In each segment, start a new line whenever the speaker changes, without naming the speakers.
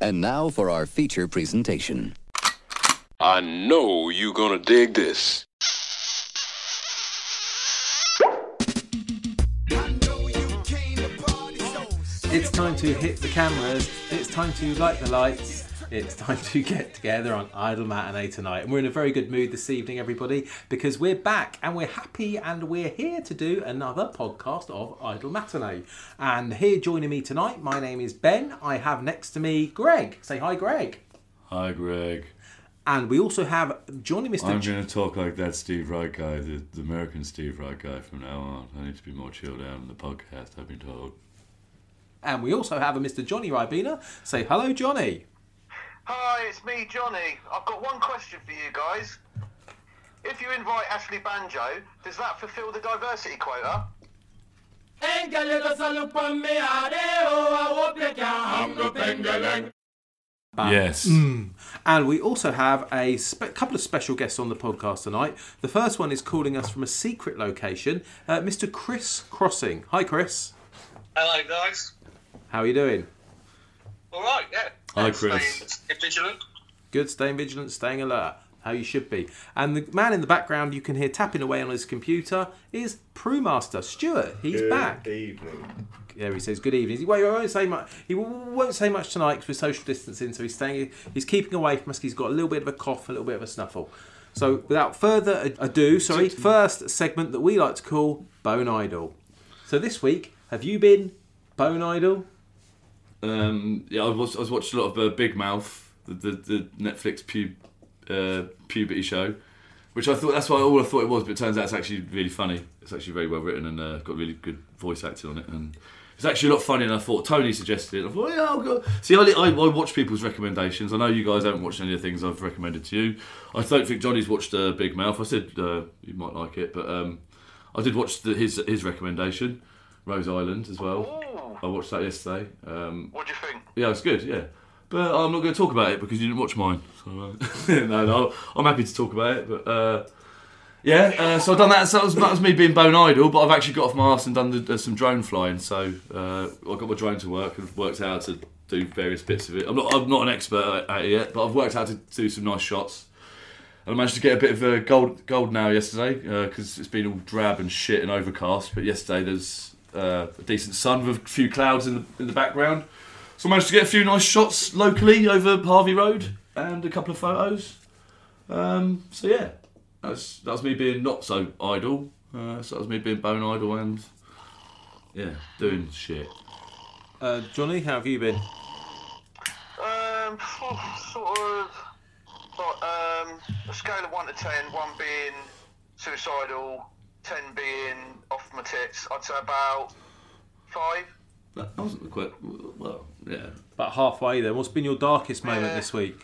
And now for our feature presentation.
I know you gonna dig this.
It's time to hit the cameras. It's time to light the lights. It's time to get together on Idle Matinee tonight. And we're in a very good mood this evening, everybody, because we're back and we're happy and we're here to do another podcast of Idle Matinee. And here joining me tonight, my name is Ben. I have next to me Greg. Say hi, Greg.
Hi, Greg.
And we also have joining Mr.
I'm
J-
going to talk like that Steve Wright guy, the, the American Steve Wright guy from now on. I need to be more chilled out in the podcast, I've been told.
and we also have a Mr. Johnny Ribena. Say hello, Johnny.
Hi, it's me, Johnny. I've got one question for you guys. If you invite Ashley Banjo, does that fulfil the diversity quota?
Yes.
And we also have a spe- couple of special guests on the podcast tonight. The first one is calling us from a secret location, uh, Mr. Chris Crossing. Hi, Chris.
Hello, guys.
How are you doing?
All right, yeah.
Hi,
Stay-
Chris.
stay vigilant.
Good, staying vigilant, staying alert, how you should be. And the man in the background you can hear tapping away on his computer is Prewmaster Stuart. He's back.
evening.
There he says, "Good evening." Well, he won't say much. He won't say much tonight because we're social distancing, so he's staying. He's keeping away from us. He's got a little bit of a cough, a little bit of a snuffle. So, without further ado, sorry, first segment that we like to call Bone Idol. So this week, have you been Bone Idol?
Um, yeah, I was I was watched a lot of uh, Big Mouth, the the, the Netflix pu- uh, puberty show, which I thought that's why all I thought it was, but it turns out it's actually really funny. It's actually very well written and uh, got really good voice acting on it, and it's actually a lot funnier than I thought. Tony suggested it. I thought, yeah, I'll go. See, I, I, I watch people's recommendations. I know you guys haven't watched any of the things I've recommended to you. I don't think Johnny's watched uh, Big Mouth. I said uh, you might like it, but um, I did watch the, his his recommendation, Rose Island as well.
Ooh,
I watched that yesterday. Um,
what do you think?
yeah, it's good. Yeah, but I'm not going to talk about it because you didn't watch mine. So, uh, no, no, I'm happy to talk about it. But uh, yeah, uh, so I've done that. So that was, that was me being bone idle. But I've actually got off my arse and done the, uh, some drone flying. So uh, I got my drone to work and worked out how to do various bits of it. I'm not, I'm not an expert at it yet, but I've worked out how to do some nice shots. And I managed to get a bit of uh, gold gold now yesterday because it's been all drab and shit and overcast. But yesterday there's uh, a decent sun with a few clouds in the, in the background. So I managed to get a few nice shots locally over Harvey Road and a couple of photos. Um, so yeah, that was, that was me being not so idle. Uh, so that was me being bone idle and yeah, doing shit.
Uh, Johnny, how have you been?
Um, sort of, but, um, a scale of 1 to 10, 1 being suicidal, 10 being off my tits, I'd say about 5.
That wasn't quite well. Yeah,
About halfway there. What's been your darkest moment
Uh,
this week?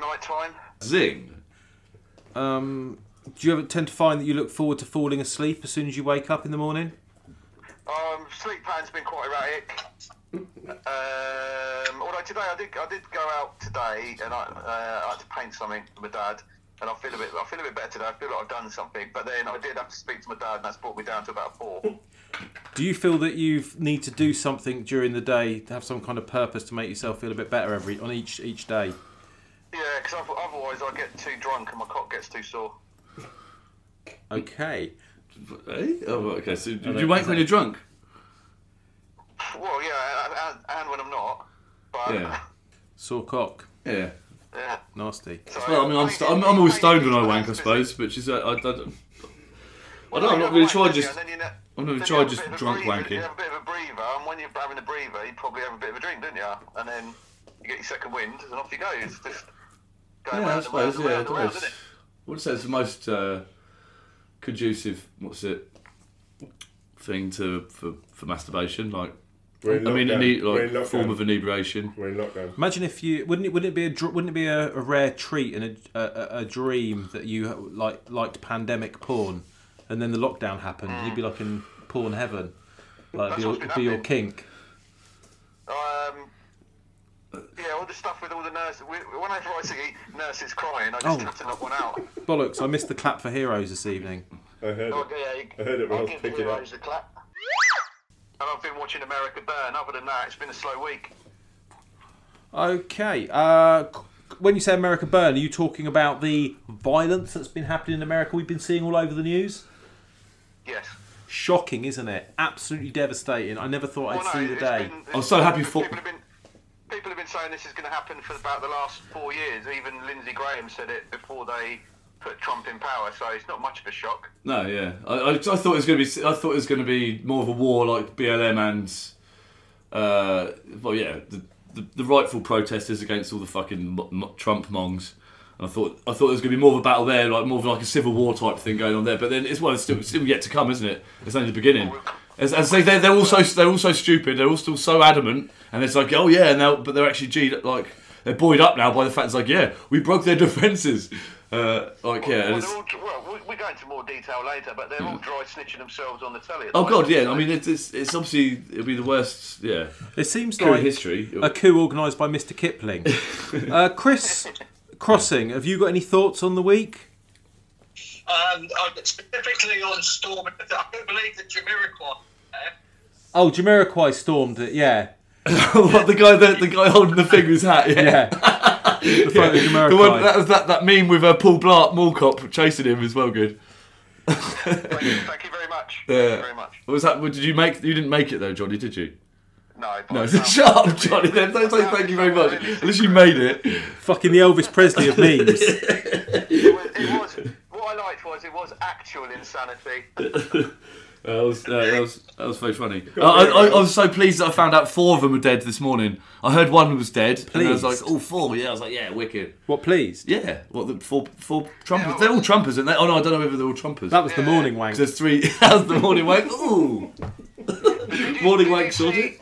Nighttime.
zing.
Um, do you ever tend to find that you look forward to falling asleep as soon as you wake up in the morning?
Um, sleep pattern's been quite erratic. Um, although today I did I did go out today and I, uh, I had to paint something for my dad and I feel a bit I feel a bit better today. I feel like I've done something, but then I did have to speak to my dad and that's brought me down to about four.
Do you feel that you need to do something during the day to have some kind of purpose to make yourself feel a bit better every on each each day?
Yeah, because otherwise I get too drunk and my cock gets too sore.
Okay.
Eh? Oh, right, okay. So do you wake when you're drunk?
Well, yeah, and- and, and when I'm not. But,
Yeah.
Sore cock.
Yeah.
yeah.
Nasty.
So-
Well, I mean, I'm, st- I'm, I'm always stoned when I wank, I suppose, which is uh, I, I don't. I don't, I'm not really sure. I just
And then you know-
I'm not really
then
sure.
you
I
have a
just
bit of a
drunk
breather- You
wanking.
have a bit of a breather, and when you're having a breather, you probably have a bit of a drink, don't you? And then you get your second wind, and off you go. It's just going
Yeah, I
round and round
suppose.
and
Yeah,
round
it
and round,
does.
isn't
I
it?
would say it's the most uh, conducive. What's it? Thing to for, for masturbation, like
We're in
I mean,
lockdown.
ine-
We're in
like
lockdown.
form of inebriation.
We're in lockdown.
Imagine if you wouldn't it wouldn't it be a dr- wouldn't it be a, a rare treat and a, a a dream that you like liked pandemic porn, and then the lockdown happened and you'd be like in porn heaven, like be
That's
your,
what's been
be your
happening.
kink.
Um, yeah, all the stuff with all the nurses. Whenever I see nurses crying, I just
Oh.
have to knock one out.
Bollocks! I missed the clap for heroes this evening.
I heard
Oh,
it.
yeah, you-
I heard it when I
I'll
was
give the
picking up.
heroes a clap. And I've been watching America Burn. Other than that, it's been a slow week.
Okay. Uh, c- when you say America burn, are you talking about the violence that's been happening in America? We've been seeing all over the news.
Yes.
Shocking, isn't it? Absolutely devastating. I never thought I'd
Well, no,
see the
it's
day.
been-
I'm so happy for-
People have been, people have been saying this is going to happen for about the last four years. Even Lindsey Graham said it before they put Trump in power, so it's not much of a shock.
No, yeah. I, I, I thought it was going to be. I thought it was going to be more of a war like BLM and, uh, well, yeah, the, the, the rightful protesters against all the fucking mo- mo- Trump mongs. And I thought I thought there was going to be more of a battle there, like more of like a civil war type thing going on there. But then it's well, it's still, it's still yet to come, isn't it? It's only the beginning. As, as they, they're, they're all so they're all so stupid. They're all still so adamant, and it's like, oh yeah, and now but they're actually g like they're buoyed up now by the fact it's like, yeah, we broke their defences. Uh, like yeah, and
well,
it's, Hmm.
they're all, well we, we go into more detail later, but they're all dry snitching themselves on the telly. at the
Oh
moment.
god, yeah. I mean, it's it's, it's obviously it'll be the worst. Yeah,
It seems
coup in
like
history.
a coup organised by Mr. Kipling. uh, Chris Crossing, have you got any thoughts on the week?
Um, uh, specifically on Storm, I don't believe that Jamiroquai. there.
Oh, Jamiroquai stormed it. Yeah,
What, the guy that the guy holding the thing with his hat. Yeah,
yeah. the photo of
the one
Jamiroquai.
that was that, that meme with uh, Paul Blart mall cop chasing him is well good.
Thank you, thank you very much. Thank
Yeah.
you very much.
What was that? what Did you make? You didn't make it though, Johnny, did you?
No,
No,
but- um,
shut up, Johnny. Then don't say thank you very much. Unless you made it.
Fucking the Elvis Presley of memes.
It was, it was, what I liked was it was actual insanity.
That was, uh, that was that was very funny. Uh, I, I, I was so pleased that I found out four of them were dead this morning. I heard one was dead, and I was like,
Pleased.
all four. Yeah, I was like, yeah, wicked.
What pleased?
Yeah, what the four four Trumpers? They're all Trumpers, and they oh no, I don't know whether they're all Trumpers.
That was the morning wank.
'Cause there's three. How's the morning wank? Ooh,
Did
morning
you- did you
wank sorted.
see-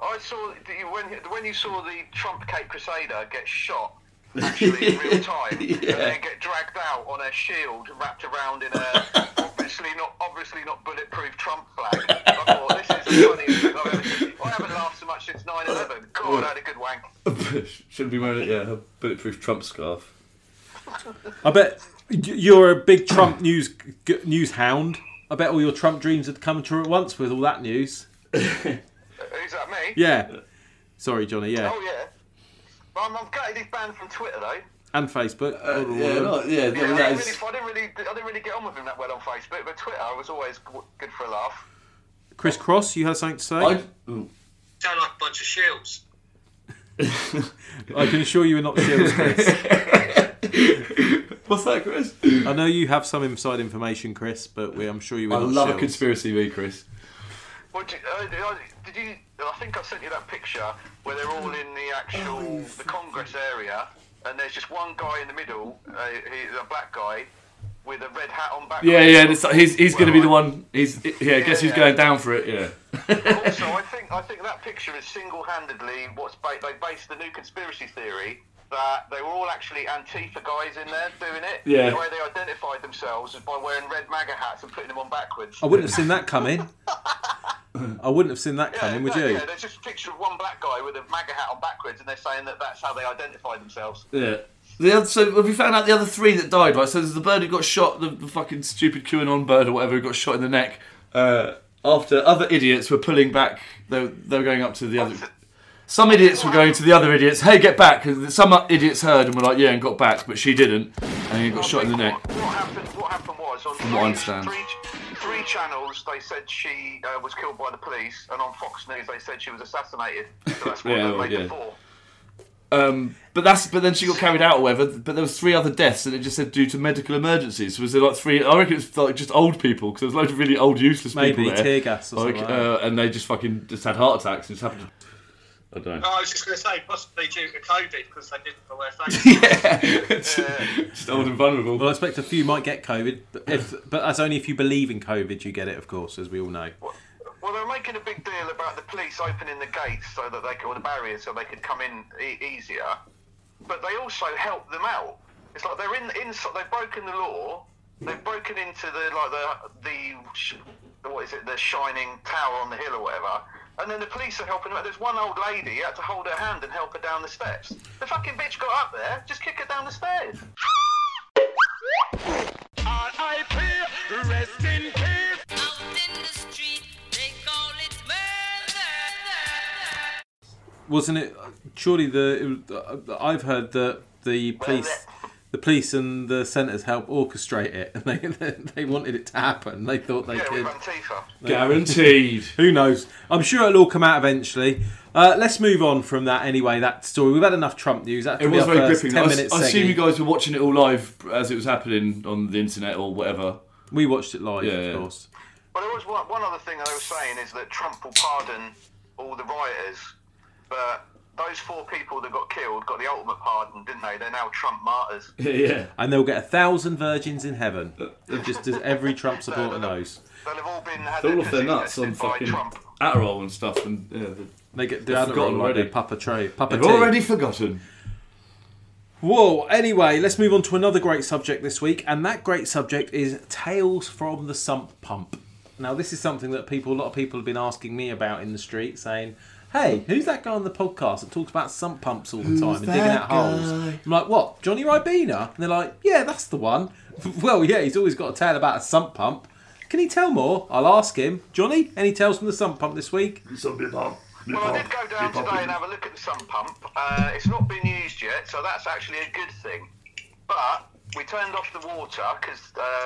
I saw that you- when when you saw the Trump Cape Crusader get shot actually in real time and then get dragged out on a shield wrapped around in a obviously not obviously not bulletproof Trump flag. I thought this is the funniest thing I've ever seen. I haven't laughed so much since 9/11. God, I had a good wank.
Should be wearing it. Yeah, a bulletproof Trump scarf.
I bet y- you're a big Trump news g- news hound. I bet all your Trump dreams had come true at once with all that news.
Is that me?
Yeah. Sorry, Johnny. Yeah,
Oh yeah. Well, I'm, I'm gutted he's banned from Twitter though.
and Facebook. All of
Uh, Yeah,
them.
no, yeah,
Yeah,
no,
I,
that
didn't
is.
really, I didn't really, I didn't really get on with him that well on Facebook, but Twitter I was always g- good for a laugh.
Chris Cross, you had something to say.
I,
I,
ooh.
Sound like a bunch of shields.
can assure you, we're not serious, Chris.
What's that, Chris?
I know you have some inside information, Chris, but we, I'm sure you. Were
I
not
love a
shills.
conspiracy, me, Chris.
Well, did, uh, did I- did you? I think I sent you that picture where they're all in the actual the Congress area, and there's just one guy in the middle, uh, he's a black guy with a red hat on backwards.
Yeah, yeah. and it's- he's he's going to be the
Well,
one. He's yeah. I guess he's
yeah.
going down for it. Yeah.
Also, I think I think that picture is single-handedly what's ba- they based the new conspiracy theory that they were all actually Antifa guys in there doing it.
Yeah.
The way they identified themselves is by wearing red MAGA hats and putting them on
Oh,
backwards.
I wouldn't have seen that coming. I wouldn't have seen that
Yeah,
coming, would
no,
you?
Yeah, there's just a picture of one black guy with a MAGA hat on backwards, and they're saying that that's how they identify themselves.
Yeah. The other, so have we found out the other three that died? Right. So there's the bird who got shot, the, the fucking stupid QAnon bird or whatever, who got shot in the neck. Uh, after other idiots were pulling back, they were, they were going up to the other. Some idiots were going to the other idiots. Hey, get back! And some idiots heard and were like, yeah, and got back, but she didn't, and he got shot in the neck.
What, what happened? What happened was on
what I
three,
understand.
three, three channels they said she uh, was killed by the police, and on Fox News they said she was assassinated. So that's what
Yeah,
they
well,
made
yeah.
it for.
Um, but that's but then she got carried out or whatever. But there was three other deaths, and it just said due to medical emergencies. Was there like three? I reckon it's like just old people because there was loads of really old useless
Maybe
people there.
tear gas or
like,
something like
uh, and they just fucking just had heart attacks and just happened. To... I don't know.
I was just going to say, possibly due to COVID, because they didn't know where they
yeah, just, just old and vulnerable.
Well, I expect a few might get COVID, but, if, but that's only if you believe in COVID. You get it, of course, as we all know.
Well, they were making a big deal about the police opening the gates so that they could, or the barriers so they could come in e- easier. But they also helped them out. It's like they're in inside. They've broken the law. They've broken into the like the the sh- what is it? The shining tower on the hill or whatever. And then the police are helping them out. There's one old lady you had to hold her hand and help her down the steps. The fucking bitch got up there. Just kick her down the stairs.
Out in the street, they call it murder.
Wasn't it surely the I've heard that the police, the police and the centres helped orchestrate it, and they they, they wanted it to happen. They thought they
Yeah,
could.
with Antifa.
Guaranteed.
Who knows? I'm sure it'll all come out eventually. Uh, let's move on from that anyway. That story. We've had enough Trump news. That's
It was very
first
gripping.
Ten
I,
minutes.
I assume
seggy.
you guys were watching it all live as it was happening on the internet or whatever.
We watched it live,
Yeah,
of
yeah.
course.
Well, there was one, one other thing that they were saying is that Trump will pardon all the rioters, but those four people that got killed got the ultimate pardon, didn't they? They're now Trump martyrs.
Yeah, yeah.
And they'll get a thousand virgins in heaven, just as every Trump supporter knows.
They'll have all been had
They're all
their
off their
pussies
nuts on
tested by
fucking
Trump.
Adderall and stuff, and yeah, the-
They get the
They've
Adderall
forgotten
like their
already.
Papa Tray. Papa
they've
T.
already forgotten.
Whoa, anyway, let's move on to another great subject this week, and that great subject is Tales from the Sump Pump. Now, this is something that people, a lot of people have been asking me about in the street, saying, Hey, who's that guy on the podcast that talks about sump pumps all the time and digging out holes? I'm like, What, Johnny Ribena? And they're like, Yeah, that's the one. well, yeah, he's always got a tale about a sump pump. Can he tell more? I'll ask him. Johnny, any tales from the sump pump this week?
Well, I did go down today and have a look at the sump pump. Uh, it's not been used yet, so that's actually a good thing. But we turned off the water because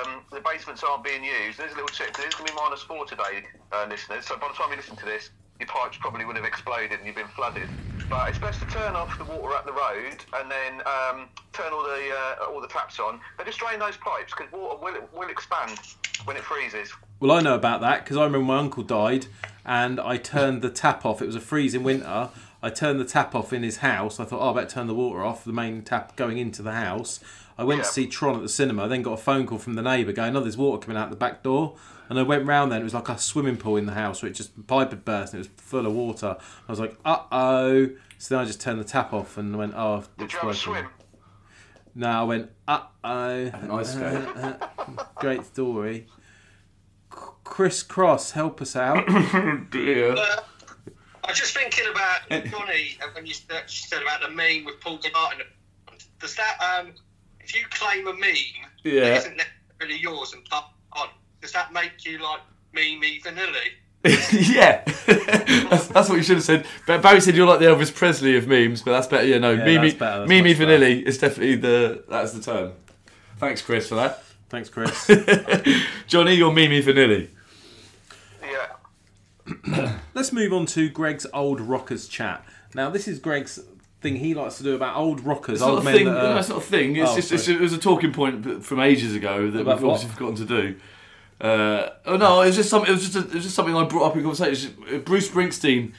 um, the basements aren't being used. There's a little tip. There's going to be minus four today, uh, listeners. So by the time you listen to this, your pipes probably would have exploded and you've been flooded. But it's best to turn off the water at the road and then um, turn all the uh, all the taps on. But just drain those pipes because water will will expand when it freezes.
Well, I know about that because I remember my uncle died and I turned the tap off. It was a freezing winter. I turned the tap off in his house. I thought, oh, I better turn the water off, the main tap going into the house. I went to
Yeah.
see Tron at the cinema, then got a phone call from the neighbour going, oh, there's water coming out the back door. And I went round there and it was like a swimming pool in the house where it just, the pipe had burst and it was full of water. I was like, uh oh. So then I just turned the tap off and went, oh,
Did
it's
you have a
working.
swim?
No, I went, uh oh.
Ice skate.
Great story. C- Chris Cross, help us out.
Dear.
I was just thinking about
Uh,
Johnny and when you said she said about the meme with Paul Gart. Does that um, if you claim a meme
Yeah.
that isn't necessarily yours and put on, does that make you like meme vanilli?
yeah, that's, that's what you should have said. But Barry said you're like the Elvis Presley of memes, but that's better. Yeah, no, Mimi,
that's better, that's
Mimi
much better.
Vanilli is definitely the that's the term. Thanks, Chris, for that.
Thanks, Chris.
Johnny, you're Mimi Vanilli.
Yeah.
Let's move on to Greg's old rockers chat. Now, this is Greg's thing he likes to do about old rockers,
It's
old
not a
men.
thing.
that are-
No, it's not a thing. It's
Oh,
just it's,
sorry.
it was a talking point from ages ago that
About
we've obviously
what?
forgotten to do. Uh, oh no, it was just some, it was just a, it was just something I brought up in conversation. It's just- Bruce Springsteen.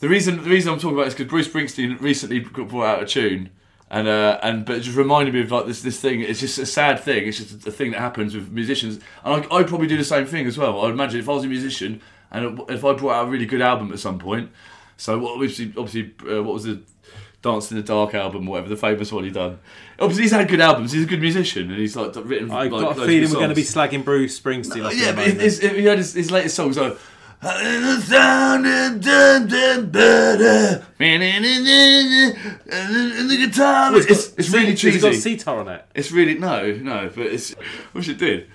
The reason the reason I'm talking about it is because Bruce Springsteen recently got brought out a tune. And, uh, and but it just reminded me of like this this thing. It's just a sad thing. It's just a thing that happens with musicians. And I, I'd probably do the same thing as well. I'd imagine if I was a musician and if I brought out a really good album at some point. So what obviously obviously uh, what was the Dance in the Dark album, whatever the famous one he done. Obviously, he's had good albums. He's a good musician, and he's like written.
I've
like,
got
loads
a
of
feeling
good
we're going to be
songs.
slagging Bruce Springsteen. off in
yeah,
a
but his,
moment.
his, he had his, his latest songs like. "The sound of dun- dun- butter, and the guitar.
It's got-
It's, it's really
it's got
cheesy.
sitar on it.
It's really no, no, but it's wish it did.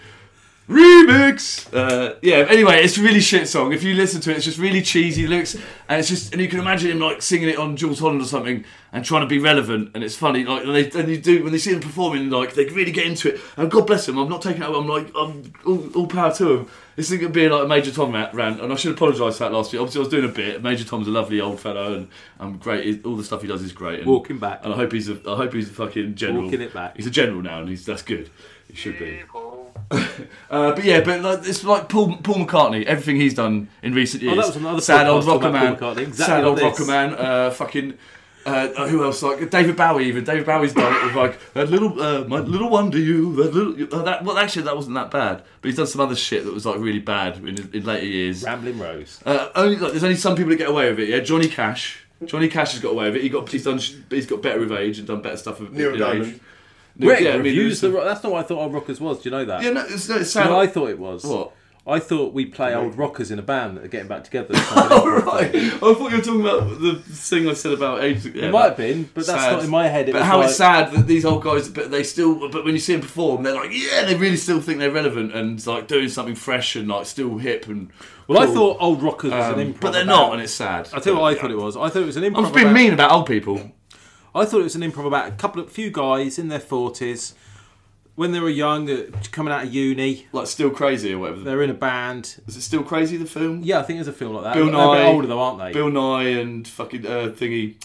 Remix. Uh, yeah. Anyway, it's a really shit song. If you listen to it, it's just really cheesy lyrics, and it's just and you can imagine him like singing it on Jules Holland or something, and trying to be relevant, and it's funny. Like and they and you do when they see them performing, like they really get into it. And God bless them. I'm not taking it. away, I'm like I'm all, all power to them. This is gonna be like a Major Tom ra- rant, and I should apologise for that last year. Obviously, I was doing a bit. Major Tom's a lovely old fellow, and I'm great. he- All the stuff he does is great. And,
Walking back.
And I hope he's a I hope he's a fucking general.
Walking it back.
He's a general now, and he's that's good. He should be.
People.
Uh, but yeah, but like, it's like Paul, Paul McCartney. Everything he's done in recent years.
Oh, that was another
sad old
podcast
rocker
about
man.
Paul McCartney, exactly
sad old
like
rocker
this.
man. Uh, fucking. Uh, uh, who else? Like David Bowie, even David Bowie's done it with like that little, uh, my little wonder you, that little. Uh, that well, actually, that wasn't that bad. But he's done some other shit that was like really bad in, in later years.
Rambling Rose.
Uh, only like, there's only some people that get away with it. Yeah, Johnny Cash. Johnny Cash has got away with it. He got he's done sh- he's got better with age and done better stuff with
Neil
with
Diamond.
age.
Greg
yeah, I mean,
reviews
there's-
the. Ro- that's not what I thought old rockers was. Do you know that?
Yeah, no, it's, no, it's
You
sad.
know what I thought it was.
What?
I thought we play old rockers in a band that are getting back together.
All right. I thought you were talking about the thing I said about ages.
It might have been, but that's
Sad.
not in my head. It
But
was
how
like,
it's sad that these old guys, but they still, but when you see them perform, they're like, yeah, they really still think they're relevant and like doing something fresh and like still hip and.
Well, I
cool.
thought old rockers was
Um,
an improv,
but they're
band.
not, and it's sad.
I tell you what, I
But,
thought
yeah.
it was. I thought it was an improv.
I'm just being
band.
mean about old people.
I thought it was an improv about a couple of few guys in their forties when they were young, uh, coming out of uni.
Like, still crazy or whatever.
They're in a band.
Is it still crazy? The film?
Yeah, I think there's a film like that.
Bill
they're a
Nye.
bit older though, aren't they?
Bill Nye and fucking uh, thingy,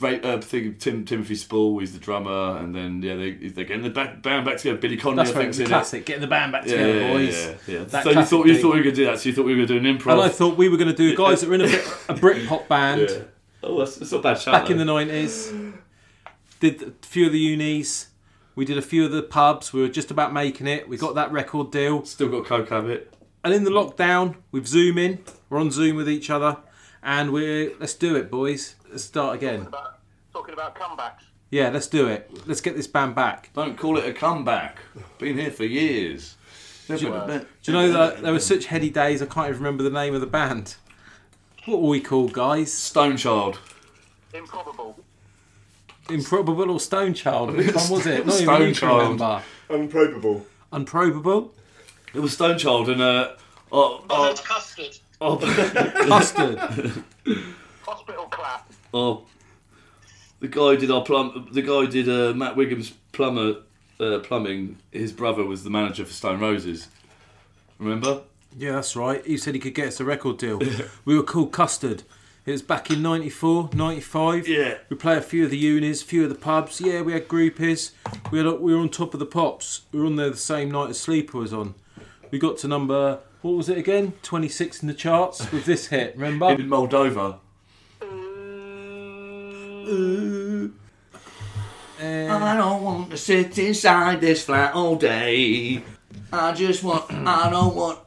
Ra- uh, thingy Tim Timothy Spall. He's the drummer, and then yeah, they they're getting the back, band back together. Billy Connolly,
that's
I
right,
think's
the
in
classic. Getting the band back
it. Yeah,
together,
yeah,
boys.
yeah, yeah.
That
So you
classic
thought you
thing.
thought we were gonna do that? So you thought we were gonna do an improv?
And I thought we were going to do guys that were in a, bit, a Britpop band
Yeah. Oh, that's, that's not a bad shout.
back in
though.
the nineties. Did a few of the unis. We did a few of the pubs. We were just about making it. We got that record deal.
still got coke habit.
And in the lockdown, we've Zoom in. We're on Zoom with each other, and we're let's do it, boys. Let's start again.
About, talking about comebacks.
Yeah, let's do it. Let's get this band back.
Don't call it a comeback. Been here for years. Do
Do you know that there were such heady days? I can't even remember the name of the band. What were we called, guys?
Stone Child.
Improbable.
Improbable or Stone Child? Which one was it? Not even you can
Stonechild.
remember.
Unprobable.
Unprobable.
It was Stone Child and uh, oh,
Oh,
oh,
that's custard.
Custard.
Hospital clap.
Oh, the guy who did our plum. The guy who did uh, Matt Wiggum's plumber uh, plumbing. His brother was the manager for Stone Roses. Remember?
Yeah, that's right. He said he could get us a record deal. we were called Custard. It was back in 94, 95.
Yeah.
We played a few of the unis, few of the pubs. Yeah, we had groupies. We, had, we were on top of the pops. We were on there the same night as Sleeper was on. We got to number, what was it again? 26 in the charts with this hit, remember?
In Moldova. Uh, I don't want to sit inside this flat all day. I just want. I don't want.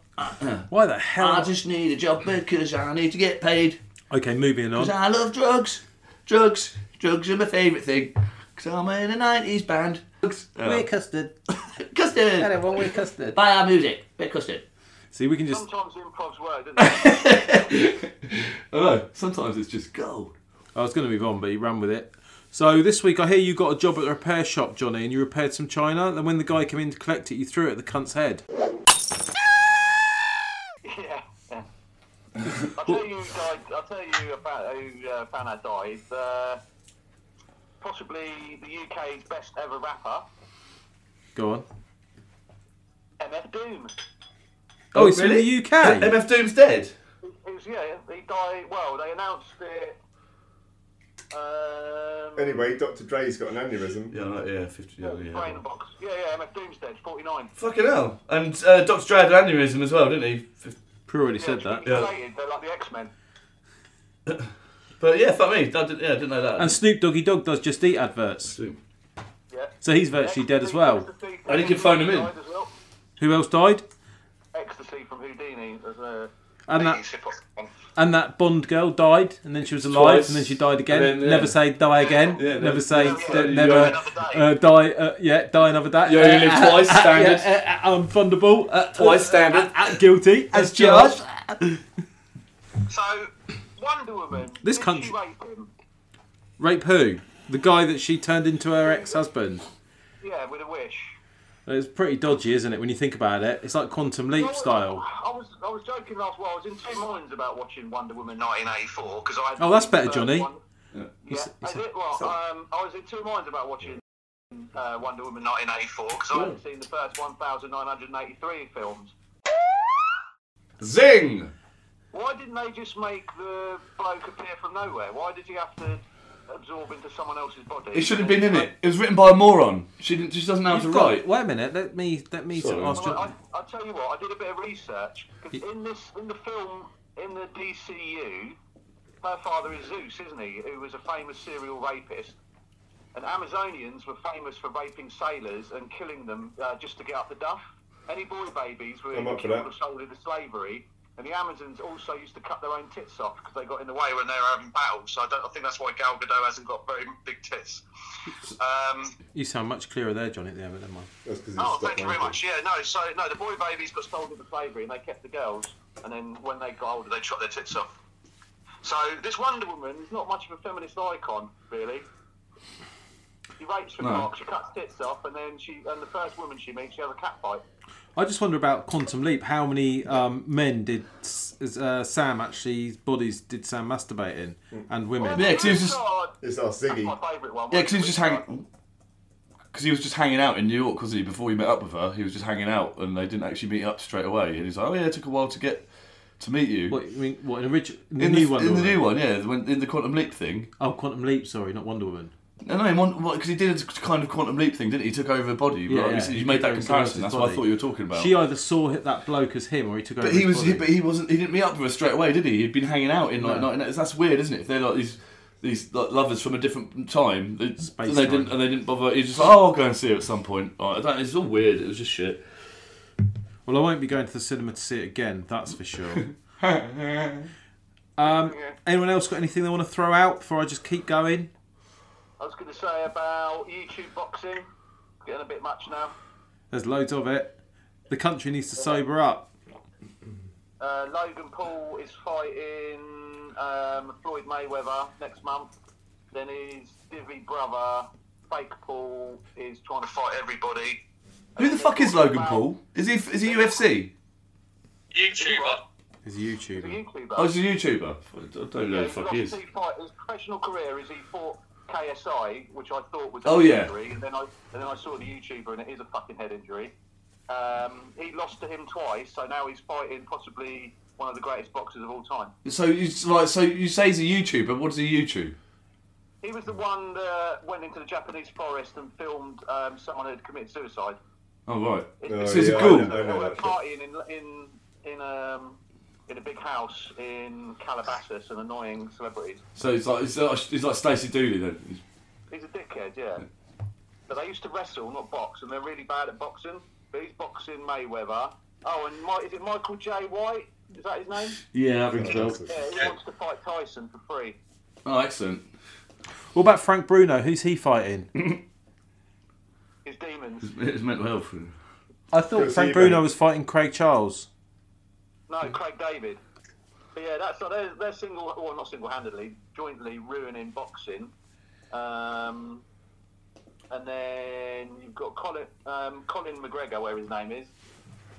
Why the hell?
I just need a job because I need to get paid.
Okay, moving on.
Because I love drugs. Drugs. Drugs are my favourite thing. Because I'm in a 90s band. Drugs. Oh.
We're Custard.
Custard.
Everyone, we're Custard.
Buy our music. We're custard.
See, we can just.
Sometimes improvs work, doesn't it?
Hello. Sometimes it's just gold.
I was going to move on, but he ran with it. So this week, I hear you got a job at a repair shop, Johnny, and you repaired some china. Then when the guy came in to collect it, you threw it at the cunt's head.
yeah. I'll tell you, who died, I'll tell you about who uh, fan I died. Uh, possibly the UK's best ever rapper,
Go on.
MF Doom.
Oh, it's in the UK.
MF Doom's dead.
It was, yeah, he died. Well, they announced it. Um,
Anyway, Dr. Dre's got an aneurysm.
Yeah, right, yeah, 50, Oh, yeah,
Brain box. Yeah, yeah, MF Doom's dead, 49.
Fucking hell. And uh, Dr. Dre had an aneurysm as well, didn't he? F-
Prue already said
it's
that.
yeah.
related, They're like the X Men.
But yeah, fuck me. I didn't, yeah, I didn't know that.
And Snoop Doggy Dog does Just Eat adverts,
Yeah.
so he's virtually dead as well.
Ecstasy from
I think you phone him in.
Houdini died as well.
Who else died?
Ecstasy from Houdini. As a
And that
Sip off one.
and that Bond girl died, and then she was alive,
Twice.
and then she died again.
And then, yeah.
Never say die again.
Yeah,
never
never-
say
never
d-
say you
never
die
uh, die. Uh, yeah, die another day.
You only live twice,
uh,
standard.
Yeah, uh, uh, unfundable. Uh, uh,
Twice, standard.
Uh, uh, guilty as charged.
So, Wonder Woman.
This
did
country-
She rape him?
Rape who? The guy that she turned into her ex-husband.
Yeah, with a wish.
It's pretty dodgy, isn't it? When you think about it, it's like quantum leap style.
I was, I was joking last while. I was in two minds about watching Wonder Woman 1984 because I.
Oh, that's better,
uh,
Johnny.
one- Yeah,
s- you
I
s-
did. Well, um, I was in two minds about watching uh, Wonder Woman 1984 because I hadn't seen the first 1,983 films.
uh,
Zing!
Why didn't they just make the bloke appear from nowhere? Why did he have to absorb into someone else's body?
It should have been in it. It was written by a moron. She, didn't, she doesn't know how to
You've got-
write.
Wait a minute. Let me let me
Sorry.
ask
Well,
you.
I, I'll tell you what, I did a bit of research. 'cause in this, in the film, in the DCU, her father is Zeus, isn't he? Who was a famous serial rapist. And Amazonians were famous for raping sailors and killing them uh, just to get up the duff. Any boy babies were
I'm
killed
up for that.
or sold into slavery. And the Amazons also used to cut their own tits off because they got in the way when they were having battles. So I, don't, I think that's why Gal Gadot hasn't got very big tits. Um,
You sound much clearer there, Johnny. Yeah, but never mind.
That's 'cause he
oh,
stopped
thank you very
wanking.
much. Yeah, no, so no, the boy babies got sold into slavery and they kept the girls, and then when they got older, they chopped their tits off. So this Wonder Woman is not much of a feminist icon, really. She rapes for
No.
Clark, she cuts tits off, and then she and the first woman she meets, she has a cat fight.
I just wonder about Quantum Leap. How many um, men did s- is, uh, Sam actually bodies did Sam masturbate in, and women?
Yeah, 'cause he was just-
God,
It's our
that's my
Siggy.
favourite one.
Yeah, because he was just hanging. Because he was just hanging out in New York, wasn't he? Before he met up with her, he was just hanging out, and they didn't actually meet up straight away. And he's like, "Oh yeah, it took a while to get to meet you."
What, I mean, what in, orig- in the
in
new
the,
one?
in the new one, yeah, when, in the quantum leap thing.
Oh, Quantum Leap. Sorry, not Wonder Woman.
No, no, because he did a kind of quantum leap thing, didn't he? He took over a body.
Yeah,
right?
yeah,
You-
he
You
took
made that
over
comparison.
his
That's what I
body.
thought you were talking about.
She either saw hit that bloke as him, or he took over.
but he
his
was,
body.
he, but he wasn't. He didn't meet up with her straight away, did he? He'd been hanging out in like,
No.
night- night- that's weird, isn't it? If they're like these these like, lovers from a different time, they,
Space
they
time.
didn't and they didn't bother. He's just like, oh, I'll go and see her at some point. Like, that is all weird. It was just shit.
Well, I won't be going to the cinema to see it again. That's for sure. um, anyone else got anything they want to throw out before I just keep going?
I was going to say about YouTube boxing. Getting a bit much now.
There's loads of it. The country needs to sober up.
Uh, Logan Paul is fighting um, Floyd Mayweather next month. Then his divvy brother, Fake Paul, is trying to fight everybody.
Who the fuck is Logan Paul? Is he is he UFC?
YouTuber.
Is
He's a
YouTuber.
YouTuber.
Oh, he's a YouTuber. I don't know
yeah,
who the
he's
fuck
lost
he is.
two fights. His professional career is he fought KSI, which I thought was a
Oh,
head
yeah.
injury, and then I and then I saw the YouTuber, and it is a fucking head injury. Um, he lost to him twice, so now he's fighting possibly one of the greatest boxers of all time.
So you like so you say he's a YouTuber. What does he YouTube?
He was the one that went into the Japanese forest and filmed um, someone who had committed suicide.
Oh right.
Oh,
So he's a
yeah, I
ghoul.
know- I
They
know
were
that shit.
partying in in in um in a big house in Calabasas and annoying celebrities.
So he's like he's like, he's like Stacey Dooley then.
He's a dickhead, yeah. But they used to wrestle, not box, and they're really bad at boxing. But he's boxing Mayweather. Oh, and Mi- is it Michael J. White? Is that his name?
Yeah, that
Yeah, he wants to fight Tyson for free.
Oh, excellent.
What about Frank Bruno? Who's he fighting?
His demons.
It's mental health.
I
Go
thought
see
E
Frank
you,
Bruno
mate.
was fighting Craig Charles.
No, Craig David. But yeah, that's they're, they're single, well, not single-handedly, jointly ruining boxing. Um, and then you've got Colin, um, Colin McGregor, where his name is.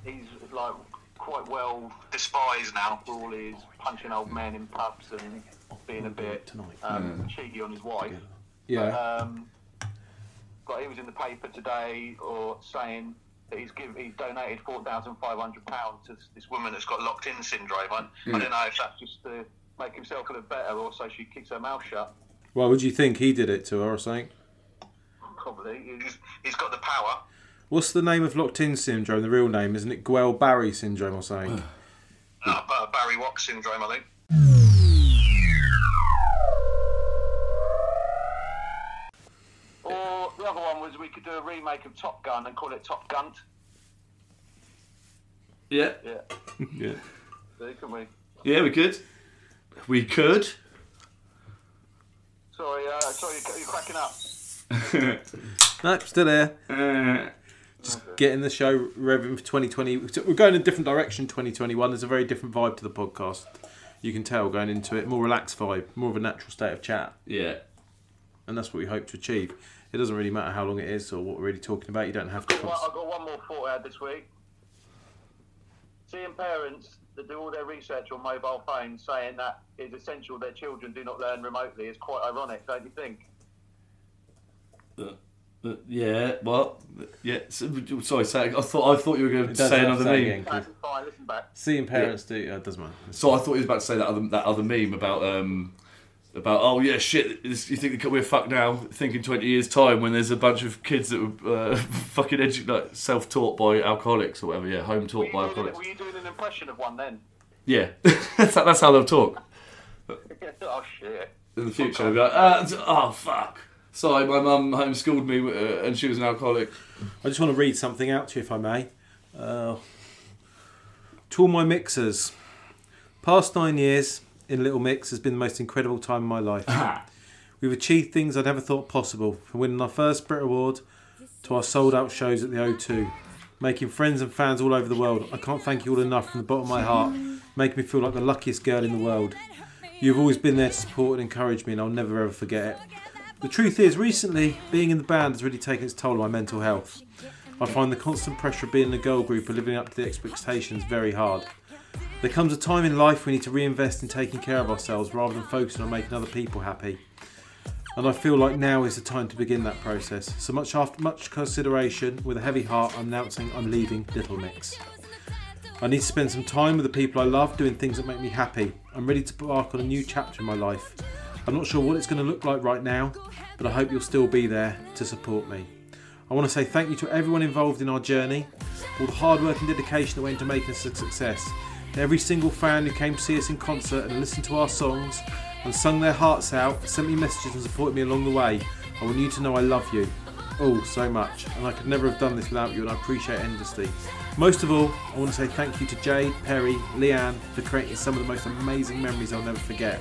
He's like quite well despised now for all his punching old men in pubs and being a bit
Tonight.
um, cheeky on his wife.
Uh-huh.
Yeah.
Um, but he was in the paper today or saying that he's give, he donated four thousand five hundred pounds to this woman that's got locked in syndrome. I, I don't know if that's just to make himself a little better or so she keeps her mouth shut.
Well, would you think he did it to her or something?
Probably he's, he's got the power.
What's the name of locked in syndrome? The real name isn't it? Gwell Barry syndrome or something.
Uh, Bar- Barry Watts syndrome, I think. Or the other one was we could do a remake of Top Gun and call it Top Gunt.
Yeah.
Yeah,
Yeah.
see, can we?
Yeah, we could. We could.
Sorry, uh, sorry, you're- you're cracking up.
nope, still there.
Uh,
Getting the show revving for 2020. We're going in a different direction. 2021. There's a very different vibe to the podcast. You can tell going into it more relaxed vibe, more of a natural state of chat,
yeah.
and that's what we hope to achieve. It doesn't really matter how long it is or what we're really talking about. You don't have to.
Well, I've got one more thought out this week. Seeing parents that do all their research on mobile phones saying that it's essential their children do not learn remotely is quite ironic, don't you think?
Uh, Yeah. What? Yeah. so- Sorry. Say, I thought I thought you were going to
does
say
have
another
that
meme.
again.
That's fine, listen back.
Seeing parents do. Uh, doesn't matter.
So I thought he was about to say that other that other meme about um about oh yeah shit this, you think we're fucked now think in 20 years time when there's a bunch of kids that were uh, fucking edu- like self-taught by alcoholics or whatever yeah home
Were
taught
you,
by
doing, an-
alcoholics
were you doing an impression of one then?
yeah that's, how- that's how they'll talk
oh, shit.
in the future they'll be like ah, d- oh fuck sorry my mum homeschooled me uh, and she was an alcoholic
I just want to read something out to you, if I may. Uh, to all my mixers, past nine years in Little Mix has been the most incredible time of my life. We've achieved things I never thought possible, from winning our first Brit Award to our sold out shows at the O2, making friends and fans all over the world. I can't thank you all enough from the bottom of my heart, making me feel like the luckiest girl in the world. You've always been there to support and encourage me, and I'll never ever forget it. The truth is, recently, being in the band has really taken its toll on my mental health. I find the constant pressure of being in a girl group and living up to the expectations very hard. There comes a time in life we need to reinvest in taking care of ourselves rather than focusing on making other people happy. And I feel like now is the time to begin that process. So much after much consideration, with a heavy heart, I'm announcing I'm leaving Little Mix. I need to spend some time with the people I love doing things that make me happy. I'm ready to embark on a new chapter in my life. I'm not sure what it's going to look like right now, but I hope you'll still be there to support me. I want to say thank you to everyone involved in our journey, all the hard work and dedication that went into making us a success, to every single fan who came to see us in concert and listened to our songs and sung their hearts out, sent me messages and supported me along the way. I want you to know I love you all so much, and I could never have done this without you, and I appreciate it endlessly. Most of all, I want to say thank you to Jade, Perry, Leanne for creating some of the most amazing memories I'll never forget.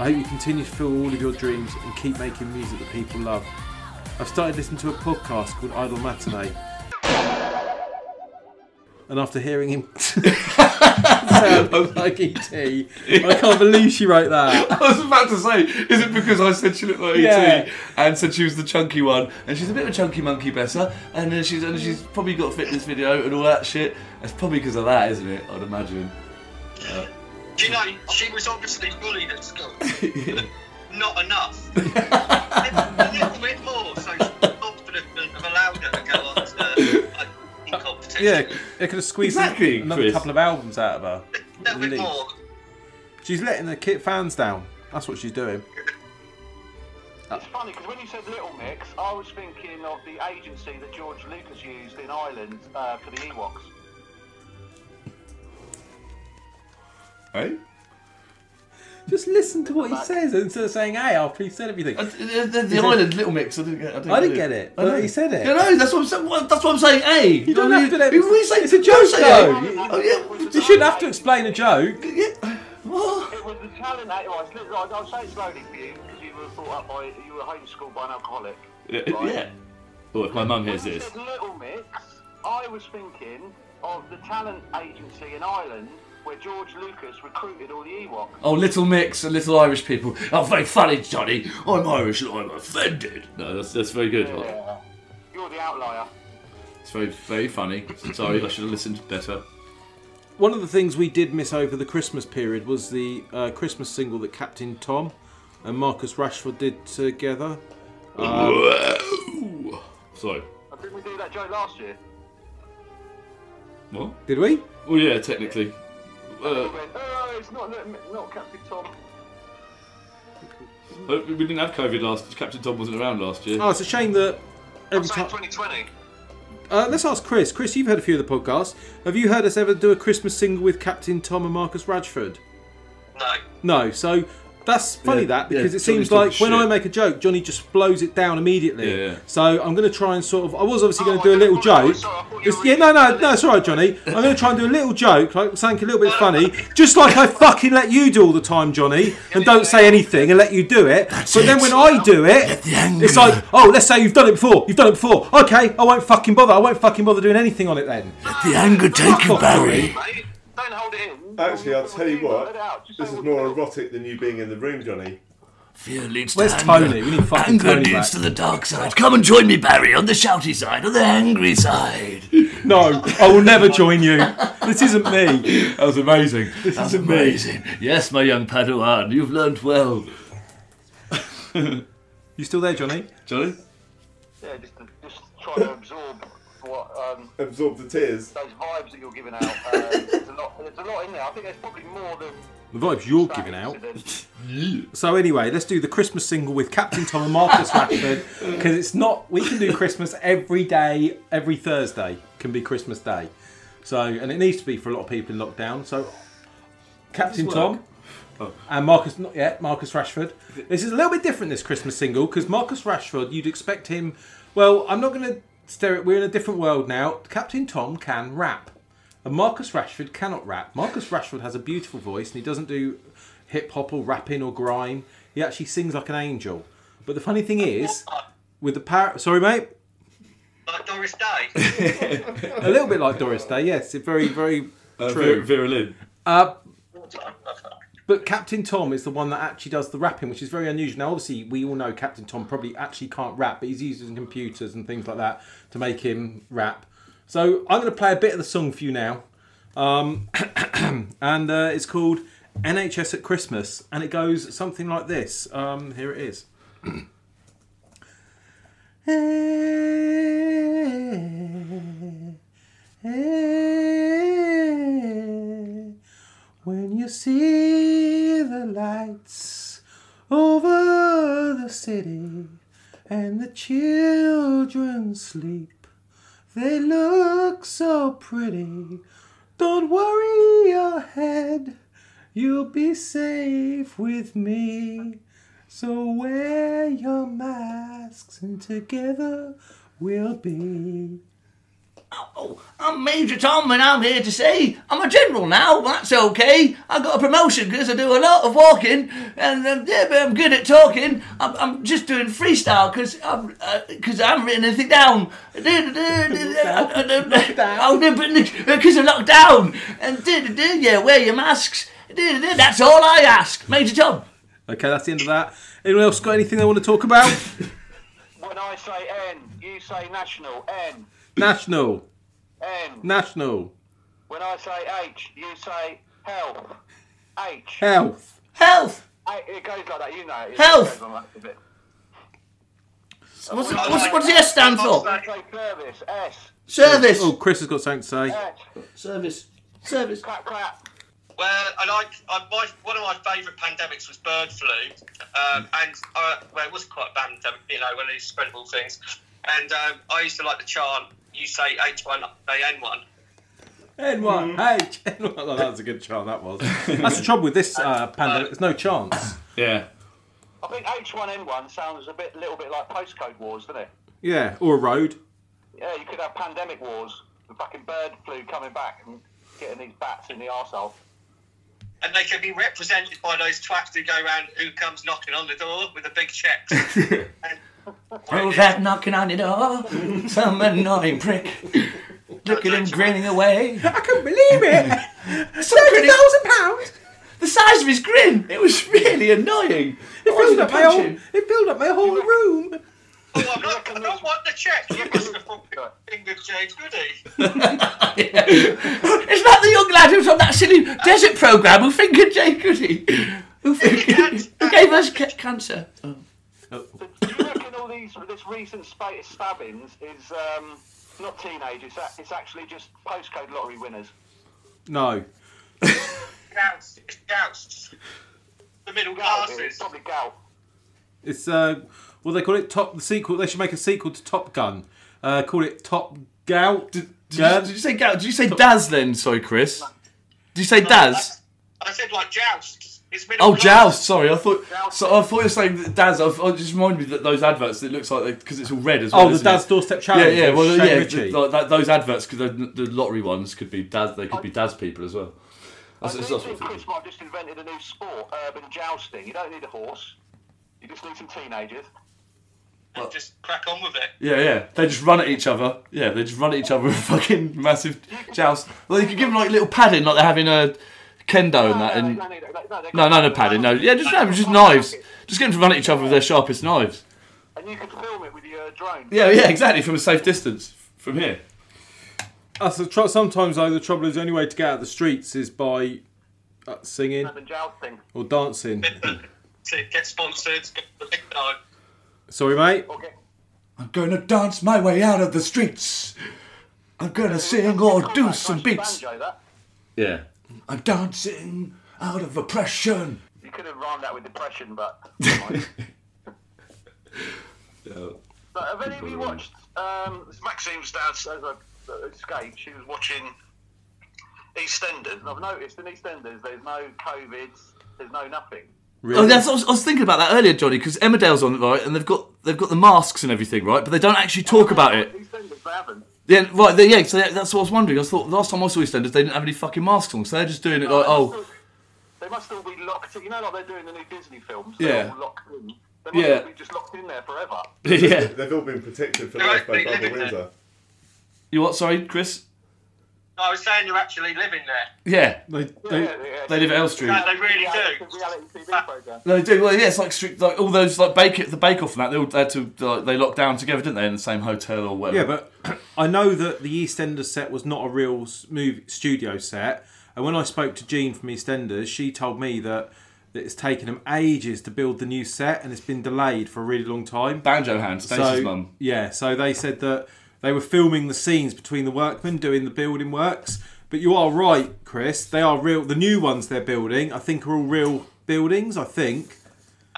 I hope you continue to fulfill all of your dreams and keep making music that people love. I've started listening to a podcast called Idle Matinee. And after hearing him sound like E.T., I can't believe she wrote that.
I was about to say, is it because I said she looked like
Yeah.
ET and said she was the chunky one, and she's a bit of a chunky monkey, Bessa, and uh, she's and she's probably got a fitness video and all that shit. It's probably because of that, isn't it? I'd imagine.
Do you know, she was obviously bullied at school. Not enough. a little bit more, so she's confident and have allowed her to go on to like, in competition.
Yeah, they could have squeezed
Exactly,
another
Chris.
couple of albums out of her.
A little bit
Release.
more.
She's letting the Kit fans down. That's what she's doing.
It's funny because when you said Little Mix, I was thinking of the agency that George Lucas used in Ireland uh, for the Ewoks.
Right?
Just listen to what he says instead of saying "hey" after he said everything.
Uh, The, the, the
Is it-
island little mix. I didn't get. I didn't,
I didn't get it,
I
but
know.
he said it.
You know, that's what I'm saying. That's what I'm saying. Hey, you
don't have to let-
If we say
it's a
don't
joke,
say
though.
hey. Oh yeah.
You shouldn't have to explain a joke.
yeah. What?
It was the talent. That, well, it's lit- I'll, I'll say it slowly for you because you were brought up by you were homeschooled by an alcoholic.
Yeah. Oh, if my mum hears
When you
this.
said Little Mix, I was thinking of the talent agency in Ireland where George Lucas recruited all the Ewoks.
Oh, Little Mix and Little Irish people. Oh, very funny, Johnny. I'm Irish and I'm offended. No, that's, that's very good.
You're the outlier.
It's very, very funny. Sorry, I should have listened better.
One of the things we did miss over the Christmas period was the uh, Christmas single that Captain Tom and Marcus Rashford did together.
Uh, Whoa. Sorry.
I think we did that joke last year.
What?
Did we?
Oh, yeah, technically. Uh,
We went, oh, it's not Little Mix, not Captain Tom.
hope we didn't have COVID last Captain Tom wasn't around last year.
Oh, it's a shame that every time.
2020.
Uh, let's ask Chris. Chris, you've heard a few of the podcasts. Have you heard us ever do a Christmas single with Captain Tom and Marcus Rashford?
No.
No. So that's funny
Yeah,
that
yeah,
because it
Johnny's
seems
talking
like when
shit.
I make a joke, Johnny just blows it down immediately.
Yeah, yeah.
So I'm going to try and sort of. I was obviously going
Oh,
to do
I
a little
thought- sorry,
joke.
I thought you
It's-
were-
yeah, no, no, no, it's all right, Johnny. I'm going to try and do a little joke, like something a little bit funny, just like I fucking let you do all the time, Johnny, and don't say anything and let you do it. but then when I do it, it's like, oh, let's say you've done it before. You've done it before. Okay, I won't fucking bother. I won't fucking bother doing anything on it then. Oh,
The anger taken, Barry.
Mate, don't hold it in.
Actually, I'll tell you
Let
what.
it out. Just
This
say
is
what
more
you feel.
erotic than you being in the room, Johnny.
Fear leads
Where's
to anger.
Tony? We need fucking
anger
Tony
leads
back.
to the dark side. Come and join me, Barry, on the shouty side or the angry side.
No, I will never join you. This isn't me.
that was amazing.
That's amazing. Yes, my young Padawan, you've learnt well.
You still there, Johnny?
Johnny?
Yeah, just, just try to absorb what um,
Absorb the tears.
those vibes that you're giving out. Um, there's a lot. There's a lot in there. I think there's probably more than.
The vibes you're giving out. So anyway, let's do the Christmas single with Captain Tom and Marcus Radford because it's not. We can do Christmas every day, every Thursday can be Christmas Day. So and it needs to be for a lot of people in lockdown. So Captain Tom and Marcus, not yet Marcus Rashford. This is a little bit different this Christmas single because Marcus Rashford, you'd expect him. Well, I'm not going to stare it. We're in a different world now. Captain Tom can rap. And Marcus Rashford cannot rap. Marcus Rashford has a beautiful voice and he doesn't do hip hop or rapping or grime. He actually sings like an angel. But the funny thing is, with the parrot, sorry, mate,
Like Doris Day.
a little bit like Doris Day. Yes, it's very, very
Vera,
true.
Uh, Vera Lynn.
But Captain Tom is the one that actually does the rapping, which is very unusual. Now, obviously, we all know Captain Tom probably actually can't rap, but he's using computers and things like that to make him rap. So I'm going to play a bit of the song for you now, um, and uh, it's called NHS at Christmas, and it goes something like this. Um, here it is. When you see the lights over the city and the children sleep, they look so pretty. Don't worry your head, you'll be safe with me. So wear your masks and together we'll be.
Oh, I'm Major Tom, and I'm here to say I'm a general now. but That's okay. I got a promotion because I do a lot of walking, and um, yeah, but I'm good at talking. I'm, I'm just doing freestyle because I'm because I haven't written anything down. Because I'm locked down, and do-do-do, yeah, wear your masks. Do-do-do, That's all I ask, Major Tom.
Okay, that's the end of that. Anyone else got anything they want to talk about?
When I say N, you say national. N.
National.
N.
National.
When I say H, you say health. H.
Health.
Health.
I- It goes like that, you know. It
Health.
goes like that a bit.
What's, what's, what's the S stand for?
I say service. S.
Service.
Oh, Chris has got something to say.
S.
Service. Service.
Clap, clap.
Well, I like I, my, one of my favourite pandemics was bird flu, um, and uh, well, it was quite a pandemic, you know, one of these spreadable things. And um, I used to like the chant, "You say H1, they N1."
N1, H. N1. Oh, that was a good chant, that was. That's the trouble with this uh, panda. There's no chance.
Yeah.
I think H1N1 sounds a bit, little bit like postcode wars, doesn't it?
Yeah, or a road.
Yeah, you could have pandemic wars. The fucking bird flu coming back and getting these bats in the arsehole.
And they can be represented by those twats who go around who comes knocking on the door with a big check. and,
Oh, that knocking on your door. Some annoying prick. Look at him grinning away.
I couldn't believe it.
Some pretty,
pounds.
the size of his grin. It was really annoying. I was
Filled
gonna
up my
punch
whole.
him.
It filled up my whole room.
oh, I'm not, I don't want the check. You must have fucking with James Goody.
Is that the young lad who from that silly desert program who fingered Jay Goody? Who, fingered, who gave us ca- cancer? Oh.
Do you reckon all these this recent spate of stabbings is um, not teenagers? It's, it's actually just postcode lottery winners.
No.
Gouts, it's gouts. The middle
It's
classes.
probably gout.
It's uh, well they call it top the sequel. They should make a sequel to Top Gun. Uh, call it Top Gout.
Did, you, did you say Gal- Did you say Daz then? Sorry, Chris. Did you say Daz?
I said like joust. It's middle
Oh,
class.
Joust. Sorry, I thought. So I thought you were saying that Daz. I, I just reminded me that those adverts. It looks like because it's all red as well.
Oh, the
isn't
Dad's
it?
Doorstep
Yeah,
Challenge.
yeah. Well,
Shane
yeah.
Ritchie.
th- like that, those adverts because the, the lottery ones could be Daz. They could be Daz people as well. That's,
I
that's,
think
that's what I
Chris might have just invented a new sport, urban jousting. You don't need a horse. You just need some teenagers.
And just crack on with it.
Yeah, yeah. They just run at each other. Yeah, they just run at each other with fucking massive joust. Well, you could give them like little padding, like they're having a uh, kendo and that. Uh,
No,
And
no, no, no, no, they're
no,
got-
no, no padding. No, yeah, just no, just knives. Just get them to run at each other with their sharpest knives.
And you can film it with your drone.
Yeah, yeah, exactly. From a safe distance from here.
That's the tr- sometimes though the trouble is the only way to get out of the streets is by uh, singing
Urban jousting.
or dancing.
to get sponsored. get the big time.
Sorry, mate.
Okay.
I'm gonna dance my way out of the streets. I'm gonna sing
Oh
or do some beats.
Banjo, that.
Yeah. I'm dancing out of oppression.
You could have rhymed that with depression, but. But have any of you watched? Um, Maxine's dad says I escaped. She was watching EastEnders, and I've noticed in EastEnders there's no COVID, there's no nothing.
Really?
Oh, that's, I, was, I was thinking about that earlier, Johnny, because Emmerdale's on it, right, and they've got they've got the masks and everything, right, but they don't actually talk about it.
EastEnders, they haven't.
Yeah, right. They, yeah, so that- that's what I was wondering. I thought last time I saw EastEnders, they didn't have any fucking masks on, so they're just doing it like,
They must
oh,
all- They must all be locked. in. You know, like they're doing the new Disney films.
Yeah.
They're all locked in. They might
Yeah.
be just locked in there forever.
yeah.
They've all been protected for
They're
life by
actually
Barbara
living there.
Windsor.
You what? Sorry, Chris.
I was saying you're actually living there.
Yeah,
They,
Yeah,
they,
yeah, yeah.
they live at Elstree.
No, they really
Reality-
do. Ah,
Reality TV program.
No, they do. Well, yeah, it's like strict, like all those like bake the Bake Off and that. They all they had to like, they locked down together, didn't they, in the same hotel or whatever?
yeah, but I know that the EastEnders set was not a real s- movie studio set. And when I spoke to Jean from EastEnders, she told me that, that it's taken them ages to build the new set and it's been delayed for a really long time.
banjo hands, Stacey's mum.
Yeah, so they said that they were filming the scenes between the workmen doing the building works. But you are right, Chris. They are real. The new ones they're building, I think, are all real buildings. I think.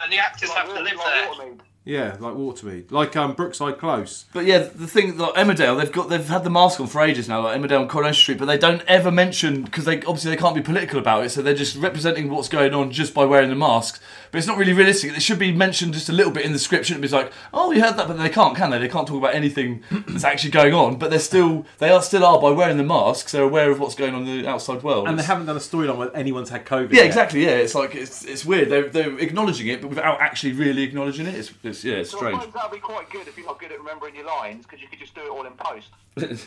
And the actors have to live there.
Watermead.
Yeah, like Watermead, like um, Brookside Close.
But yeah, the thing like Emmerdale, they've got they've had the mask on for ages now, like Emmerdale and Coronation Street, but they don't ever mention because they obviously they can't be political about it, so they're just representing what's going on just by wearing the masks. But it's not really realistic. It should be mentioned just a little bit in the script. Shouldn't it be like, oh, we heard that, but they can't, can they? They can't talk about anything that's actually going on. But they're still they are still are by wearing the masks. They're aware of what's going on in the outside world.
And they
It's-
haven't done a storyline where anyone's had COVID.
yeah,
yet.
exactly. Yeah, it's like it's, it's weird. They're, they're acknowledging it, but without actually really acknowledging it. It's, it's yeah, it's
So I
strange.
suppose that'd be quite good if you're not good at remembering your lines, because you could just do it all in post.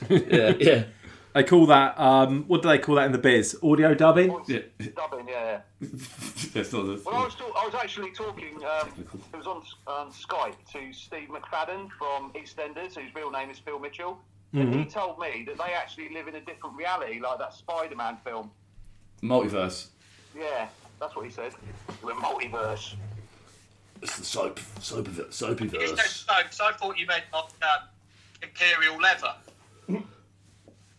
Yeah, yeah.
They call that. Um, what do they call that in the biz? Audio dubbing.
Yeah. Dubbing, yeah.
That's not the-
Well, I was, talk- I was actually talking. Um, it was on um, Skype to Steve McFadden from EastEnders, whose real name is Phil Mitchell. And he told me that they actually live in a different reality, like that Spider-Man film.
multiverse.
Yeah, that's what he said. The multiverse.
It's the soap, soap,
You said
soapyverse.
soaps. I thought you meant like um, imperial leather. I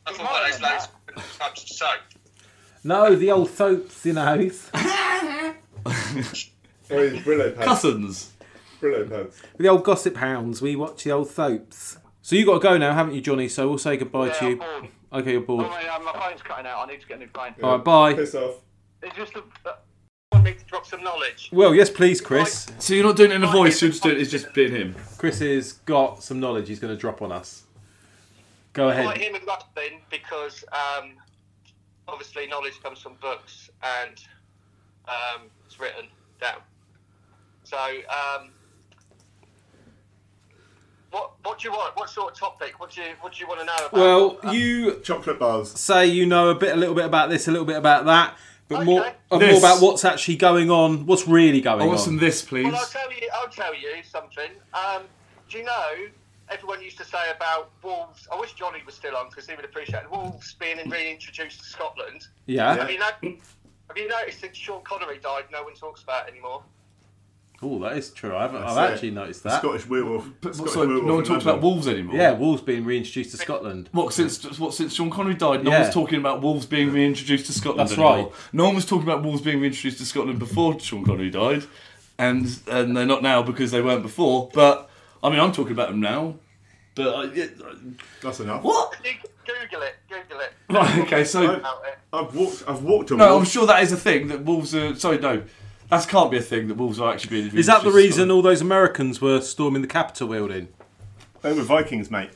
thought one of those loads of types of soap.
No, the old soaps, you know.
Or his Brillo pads.
Cousins.
Brillo pads.
the old gossip hounds. We watch the old soaps. So you got to go now, haven't you, Johnny? So we'll say goodbye
Yeah,
to
I'm
you.
bored.
Okay, you're bored.
Oh, my, uh, my phone's cutting out. I need to get a new phone.
All right, bye.
Piss off.
It's just a, uh, I need to drop some knowledge.
Well, yes, please, Chris.
So you're not doing it in a voice. You're just doing it's just being him.
Chris has got some knowledge he's going to drop on us. Go
Might
ahead.
hear me laughing because um, obviously knowledge comes from books and um, it's written down. So, um, what what do you want? What sort of topic? What do you what do you want to know about?
Well,
Um,
you
Chocolate bars.
say you know a bit, a little bit about this, a little bit about that, but
Okay.
more, uh, more
This.
about what's actually going on, what's really going
I
Oh,
on.
want some Oh, this, please.
Well, I'll tell you. I'll tell you something. Um, do you know everyone used to say about wolves? I wish Johnny was still on because he would appreciate it. wolves being reintroduced to Scotland.
yeah.
Have you know? Have you noticed since Sean Connery died, no one talks about it anymore?
Oh, that is true. I haven't, I've
That's it.
actually noticed
The
that.
Scottish werewolf. Scottish
So
werewolf
no one
in
talks
London.
about wolves anymore.
Yeah, Wolves being reintroduced to Scotland.
What since what since Sean Connery died, no
Yeah.
one's talking about wolves being reintroduced to Scotland.
That's
anymore.
right.
No one was talking about wolves being reintroduced to Scotland before Sean Connery died, and and they're not now because they weren't before. But I mean, I'm talking about them now. But I, yeah, uh,
That's enough.
what?
You can Google it. Google it.
Right. Okay. So
About it. eh?
I've walked. I've walked on.
no, I'm
wolves.
sure that is a thing that wolves are. Sorry, no, that can't be a thing that wolves are actually being.
Is that the
reintroduced to
reason all those Americans were storming the Capitol building?
They were Vikings, mate.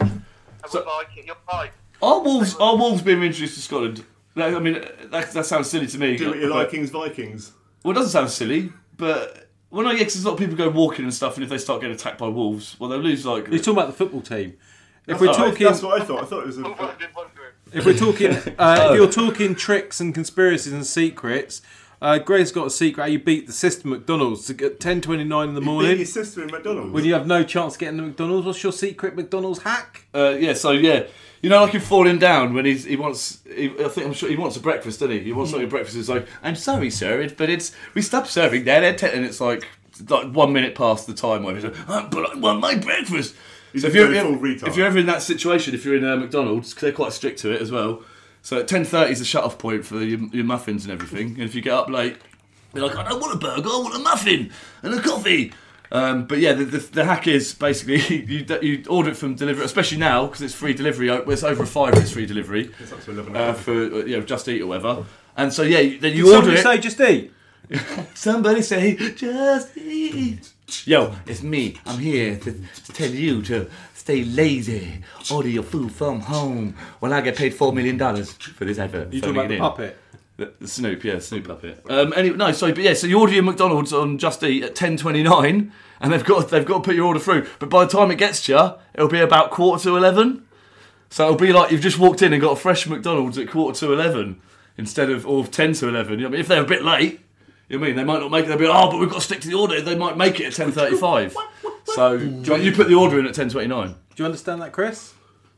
And
So-
we're like it. You're right.
Are wolves are wolves being introduced to Scotland? No, I mean, that, that sounds silly to me.
Do what you
but-
like, Kings Vikings.
Well, it doesn't sound silly, but well, no, yeah, 'cause there's a lot of people go walking and stuff, and if they start getting attacked by wolves, well, they lose like.
You're talking about the football team. If we're
Sorry,
talking,
That's what I thought. I thought it was. A,
I've been wondering.
if we're talking, uh,
Oh.
if you're talking tricks and conspiracies and secrets, uh, Gray's got a secret how you beat the sister McDonald's to get 10:29 in the
beat
morning
your sister in McDonald's.
when you have no chance of getting the McDonald's. What's your secret McDonald's hack?
Uh, yeah, so yeah, you know, like in Falling Down, when he's he wants, he, I think I'm sure he wants a breakfast, doesn't he? He wants something breakfast. It's like, I'm sorry, sir, it, but it's we stopped serving that at ten, and it's like like one minute past the time where he's like, "Uh, but I want my breakfast. So if
just
you're,
go full
if,
retard.
if you're ever in that situation, if you're in uh, McDonald's, 'cause they're quite strict to it as well. So at ten thirty is the shut off point for your, your muffins and everything. And if you get up late, you're like, I don't want a burger, I want a muffin and a coffee. Um, but yeah, the, the, the hack is basically you, you order it from delivery, especially now because it's free delivery. o- It's over a five, it's free delivery
It's up to 11
uh, for uh, you know, just eat or whatever. And so yeah, you- then you order
Somebody
it.
say just eat.
Somebody say, just eat. Yo, it's me. I'm here to tell you to stay lazy. Order your food from home. Well, I get paid $4 million for this advert.
You talking about the puppet?
The- the Snoop, yeah, Snoop Puppet. Um, anyway, no, sorry, but yeah, so you order your McDonald's on Just Eat at ten twenty nine, and they've got they've got to put your order through. But by the time it gets to you, it'll be about quarter to eleven. So it'll be like you've just walked in and got a fresh McDonald's at quarter to eleven instead of or ten to eleven. You know, what I mean? if they're a bit late, you know what I mean they might not make it. They'll be like, oh, but we've got to stick to the order. They might make it at ten thirty five. So do you, you put the order in at ten twenty nine.
Do you understand that, Chris?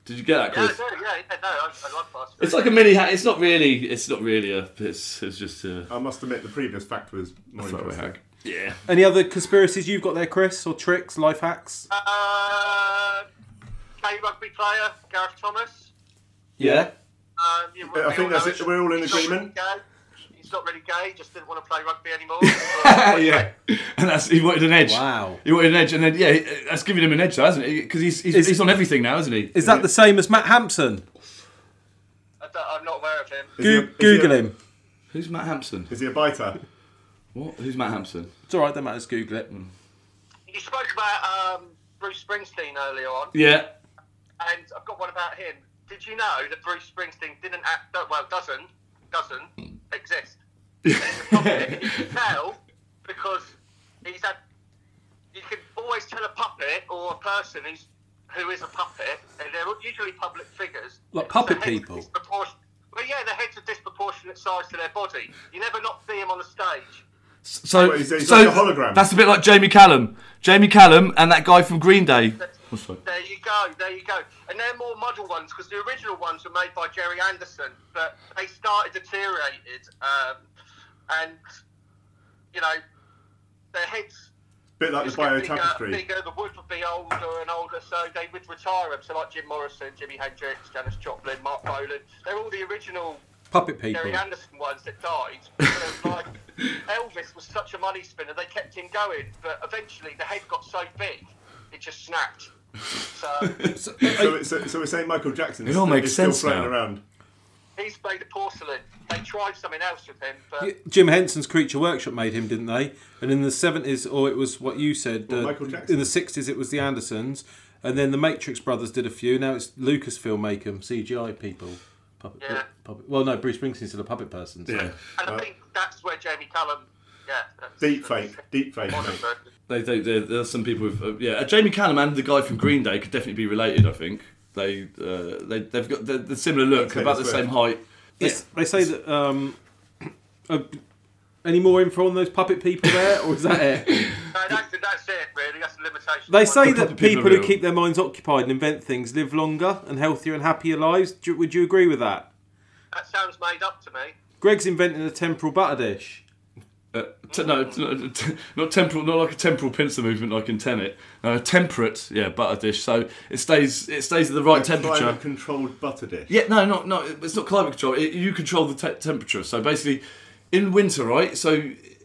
Did you get that,
Yeah,
Chris?
yeah, yeah, yeah, no, I, I like fast food.
It's like a mini. Ha- it's not really. It's not really a. It's it's just a.
I must admit, the previous fact was more
Throwaway
interesting.
hack. Yeah.
Any other conspiracies you've got there, Chris, or tricks, life hacks?
Uh, K rugby player Gareth Thomas.
Yeah.
Um, you
I think that's it. We're all in
Not really
agreement.
gay. He's not really gay. Just didn't want to play rugby anymore. Uh,
yeah. And that's he wanted an edge.
Wow.
He wanted an edge, and then yeah, he- uh, that's giving him an edge, though, hasn't it? Because he's he's,
Is-
he's on everything now, isn't he?
Is that the same as Matt Hampson?
I don't- I'm not aware of him.
Is he a-
Go-
is he a-
Google him.
Who's Matt Hampson?
Is he a biter?
What? Who's Matt Hampson?
It's all right, don't matter. Just Google it.
You spoke about um, Bruce Springsteen earlier on,
Yeah.
and I've got one about him. Did you know that Bruce Springsteen didn't act, don't- well doesn't doesn't exist? You can tell because he's had. You can always tell a puppet or a person who's who is a puppet, and they're usually public figures.
Like puppet
The heads are
people.
disproportion- Well, yeah, the heads are disproportionate size to their body. You never not see him on the stage.
So
Wait, he's- he's
so
like a hologram.
That's a bit like Jamie Callum. Jamie Callum and that guy from Green Day.
There you go, there you go. And they're more model ones because the original ones were made by Jerry Anderson, but they started deteriorated, um, and you know their heads
Bit like the
just get
bio
bigger,
tapestry.
bigger. The wood would be older and older, so they would retire them. So like Jim Morrison, Jimi Hendrix, Janis Joplin, Mark Bolan, they're all the original
Puppet people.
Jerry Anderson ones that died. But, like Elvis was such a money spinner, they kept him going, but eventually the head got so big it just snapped. So.
So, so, so we're saying Michael Jackson
It all makes
is still
sense
floating
now.
around.
He's made of porcelain. They tried something else with him, but
Jim Henson's Creature Workshop made him, didn't they? And in the seventies, or it was what you said.
Or
uh,
Michael Jackson.
in the sixties, it was the Andersons, and then the Matrix brothers did a few. Now it's Lucasfilm make them CGI people. Puppet,
Yeah.
puppet- well, no, Bruce Springsteen's still a puppet person. so-
Yeah.
and I think that's where Jamie Callum. Yeah. that's-
Deep fake, deep fake.
Modern
mate.
version.
They, they, they, there's some people with uh, yeah. uh, Jamie Callum and the guy from Green Day could definitely be related. I think they uh, they they've got the, the similar look,
Taylor
about the
Swift.
same height.
It's- They say that. Um, uh, any more info on those puppet people there, or is that it?
No, uh, that's, that's it, really. That's the limitation.
They say that
puppet people
people
are
who
real.
keep their minds occupied and invent things live longer and healthier and happier lives. Do, you- would you agree with that?
That sounds made up to me.
Greg's inventing a temporal butter dish.
Uh, t- no, t- no, t- not temporal, not like a temporal pincer movement like in Tenet. No, a temperate, yeah, butter dish. So it stays, it stays at the right temperature.
Climate controlled butter dish.
Yeah, no, not no. It's not climate control. It, you control the te- temperature. So basically, in winter, right? So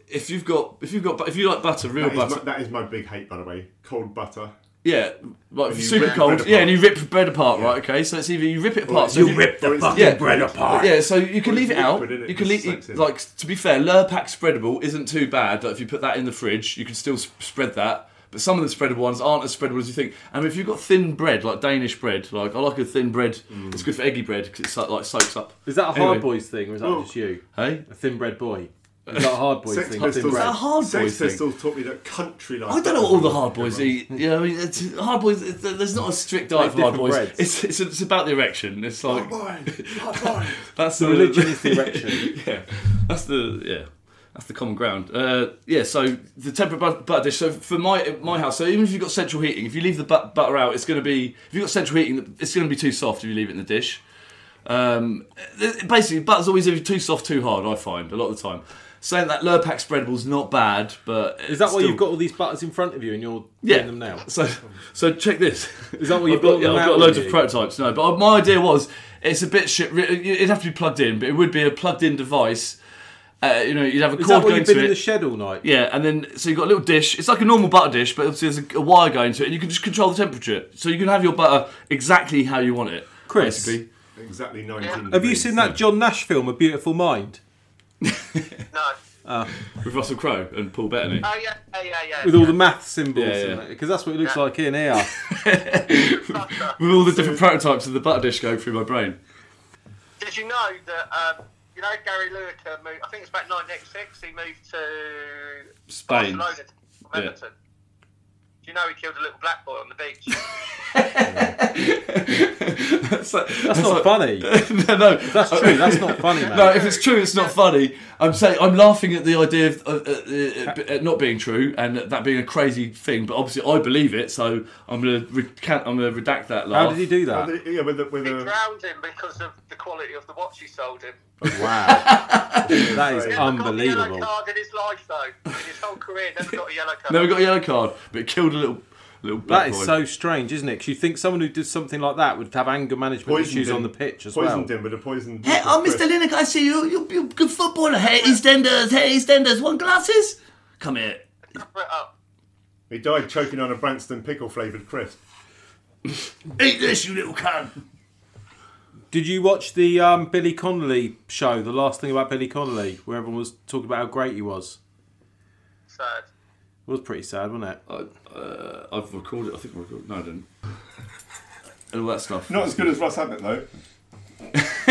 if you've got, if you've got, bu- if you like butter, real
That is,
butter,
my, that is my big hate, by the way. Cold butter.
yeah, like
you
super
rip
cold,
bread
yeah,
apart.
and you rip bread apart, right? Okay, so it's either you rip it apart, so if
the
fucking bread
apart.
Yeah, so you can
Well,
leave it
it's
out.
liquid, innit?
You can
It
leave
soaks in.
like to be fair, Lurpak spreadable isn't too bad. Like if you put that in the fridge, you can still s- spread that. But some of the spreadable ones aren't as spreadable as you think. And if you've got thin bread, like Danish bread, like I like a thin bread.
Mm.
It's good for eggy bread because it so, like soaks up.
Is that a
Anyway.
hard boys thing, or is that just you?
Hey,
A thin bread boy. Is that a hard boys
Oh. Sex
thing? a Thin
Is
Pistols.
that
bread.
a hard boy
Sex
thing?
Pistols taught me that country life.
I don't know what all the hard boys eat. You know, I mean, it's, hard boys. It's, there's not a strict diet for hard
different
boys.
breads.
It's, it's it's about the erection. It's like
Hard boys, hard boys.
that's the
Religion is the erection.
yeah, that's the yeah, that's the common ground. Uh, yeah, so the temperate but- butter dish. So for my my house, so even if you've got central heating, if you leave the but- butter out, it's going to be if you've got central heating, it's going to be too soft if you leave it in the dish. Um, th- basically, butter's always either too soft, too hard. I find a lot of the time. Saying that Lurpak spreadable's not bad, but
Is that
it's
why
still-
you've got all these butters in front of you and you're
yeah.
doing them now?
So, so check this.
Is that what you've
I've got?
got
Yeah,
them
I've
out
got
with
loads
you?
of prototypes. No, but my idea was it's a bit shit. It'd have to be plugged in, but it would be a plugged-in device. Uh, you know, you'd have a
Is
cord
that why
going
you've been
to
in the
it.
shed all night?
yeah, and then so you've got a little dish. It's like a normal butter dish, but obviously there's a, a wire going to it, and you can just control the temperature. So you can have your butter exactly how you want it.
Chris.
basically.
Exactly 19.
Have you seen that John Nash film, A Beautiful Mind,
No.
with Russell Crowe and Paul Bettany.
Oh yeah, yeah, yeah, yeah.
with all the math symbols?
Yeah,
Because
yeah.
that's what it looks like in here.
with all the different prototypes of the butter dish going through my brain.
Did you know that um, you you know, Gary Lineker moved. I think it's about 1986. He moved to
Spain.
Barcelona from
Yeah.
Everton. Do you know he killed a little black boy on the beach?
that's like- that's
That's not
like-
funny.
no, no,
That's true. That's not funny, man.
No, if it's true, it's not funny. I'm saying I'm laughing at the idea of uh, uh, uh, uh, it not being true and that being a crazy thing. But obviously, I believe it, so I'm gonna recant. I'm gonna redact that laugh.
How did he do
Well,
that?
the- yeah, with the, with
he
the,
drowned him because of the quality of the watch he sold him.
Wow. that is
Never got a yellow
unbelievable.
card in his life, though. In his whole career, never got a yellow card.
Never got a yellow card, but killed a little little.
That
black
is
boy.
so strange, isn't it? 'Cause you think someone who did something like that would have anger management
Poisoned
issues
him.
on the pitch as well.
poisoned him with a poisoned.
Hey, oh, Mr. Lineker, I see you. You, you good footballer. Hey, EastEnders. Hey, EastEnders. Want glasses? Come here.
Cover it up.
He died choking on a Branston pickle flavoured crisp.
Eat this, you little cunt.
Did you watch the um, Billy Connolly show? The last thing about Billy Connolly, where everyone was talking about how great he was.
Sad.
It was pretty sad, wasn't it?
I, uh, I've recorded. I think I recorded. No, I didn't. And all that stuff.
Not as good as Russ Abbott though.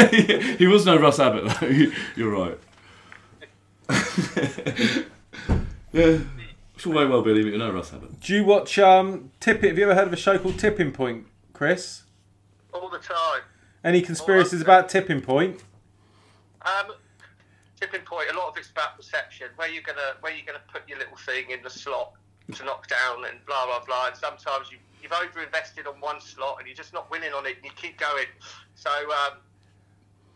he was no Russ Abbott though. You're right. yeah, it's all very well, Billy, but you're no Russ Abbott.
Do you watch um, Tipping? Have you ever heard of a show called Tipping Point, Chris?
All the time.
Any conspiracies about Tipping Point?
Um, tipping point. A lot of it's about perception. Where you gonna where you gonna put your little thing in the slot to knock down and blah blah blah. And sometimes you you've over invested on one slot and you're just not winning on it. and You keep going. So um,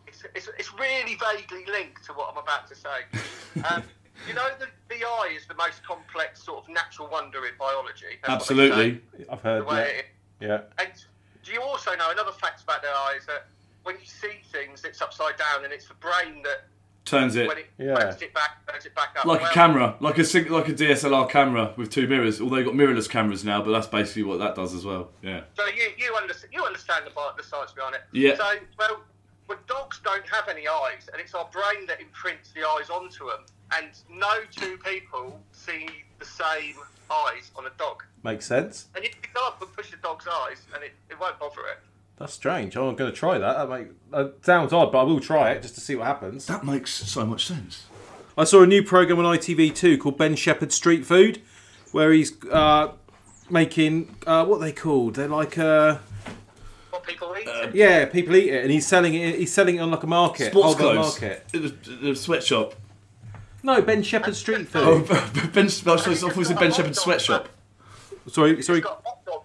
it's, it's it's really vaguely linked to what I'm about to say. Um, you know the, the eye is the most complex sort of natural wonder in biology. That's what they say,
Absolutely.
I've heard.
The way
Yeah.
it
yeah.
and do you also know another fact about their eyes that when you see things, it's upside down, and it's the brain that
Turns it
when it
Yeah.
turns it back, turns it back up.
like a
Well,
camera, like a sing- like a DSLR camera with two mirrors. Although you've got mirrorless cameras now, but that's basically what that does as well. Yeah.
So you you understand you understand the, bi- the science behind it.
Yeah.
So well, but dogs don't have any eyes, and it's our brain that imprints the eyes onto them. And no two people see the same eyes on a dog.
Makes sense.
And you can go up and push the dog's eyes, and it, it won't bother it.
That's strange. I'm going to try that. That make, that sounds odd, but I will try it just to see what happens.
That makes so much sense.
I saw a new program on ITV2 called Ben Shepherd Street Food, where he's uh, making uh, what are they called? They're like uh,
What people eat.
yeah, people eat it, and he's selling it. He's selling it on like a market,
Sports
wholesale
clothes.
market.
It was the sweatshop.
No, Ben Shepherd Street Food.
Oh, Ben. I thought you said Ben Shepherd's sweatshop.
sorry,
He's
sorry.
got a hot dog,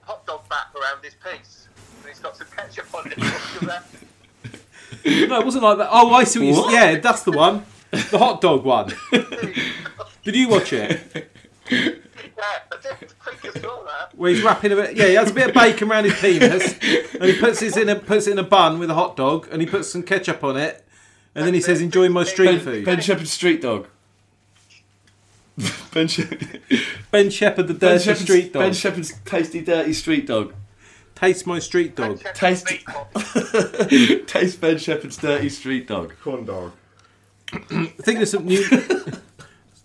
hot dog wrap around his piece, and he's got some ketchup on it.
No, it wasn't like that. Oh, I see. What you
What?
Yeah, that's the one. The hot dog one. Did you watch it?
Yeah, I didn't think I saw that.
Where he's wrapping a bit. Yeah, he has a bit of bacon around his penis, and he puts it in a puts it in a bun with a hot dog, and he puts some ketchup on it, and then he says, "Enjoy my street
Ben,
food."
ben Shepherd's street dog. ben Shepherd.
Ben Shepherd, the
Ben
dirty
Shepherd's
street dog.
Ben Shepherd's tasty dirty street dog.
Taste my street dog.
Ketchup
Taste-
meat pop.
Taste Ben Shepherd's dirty street dog.
Corn dog.
I think there's some new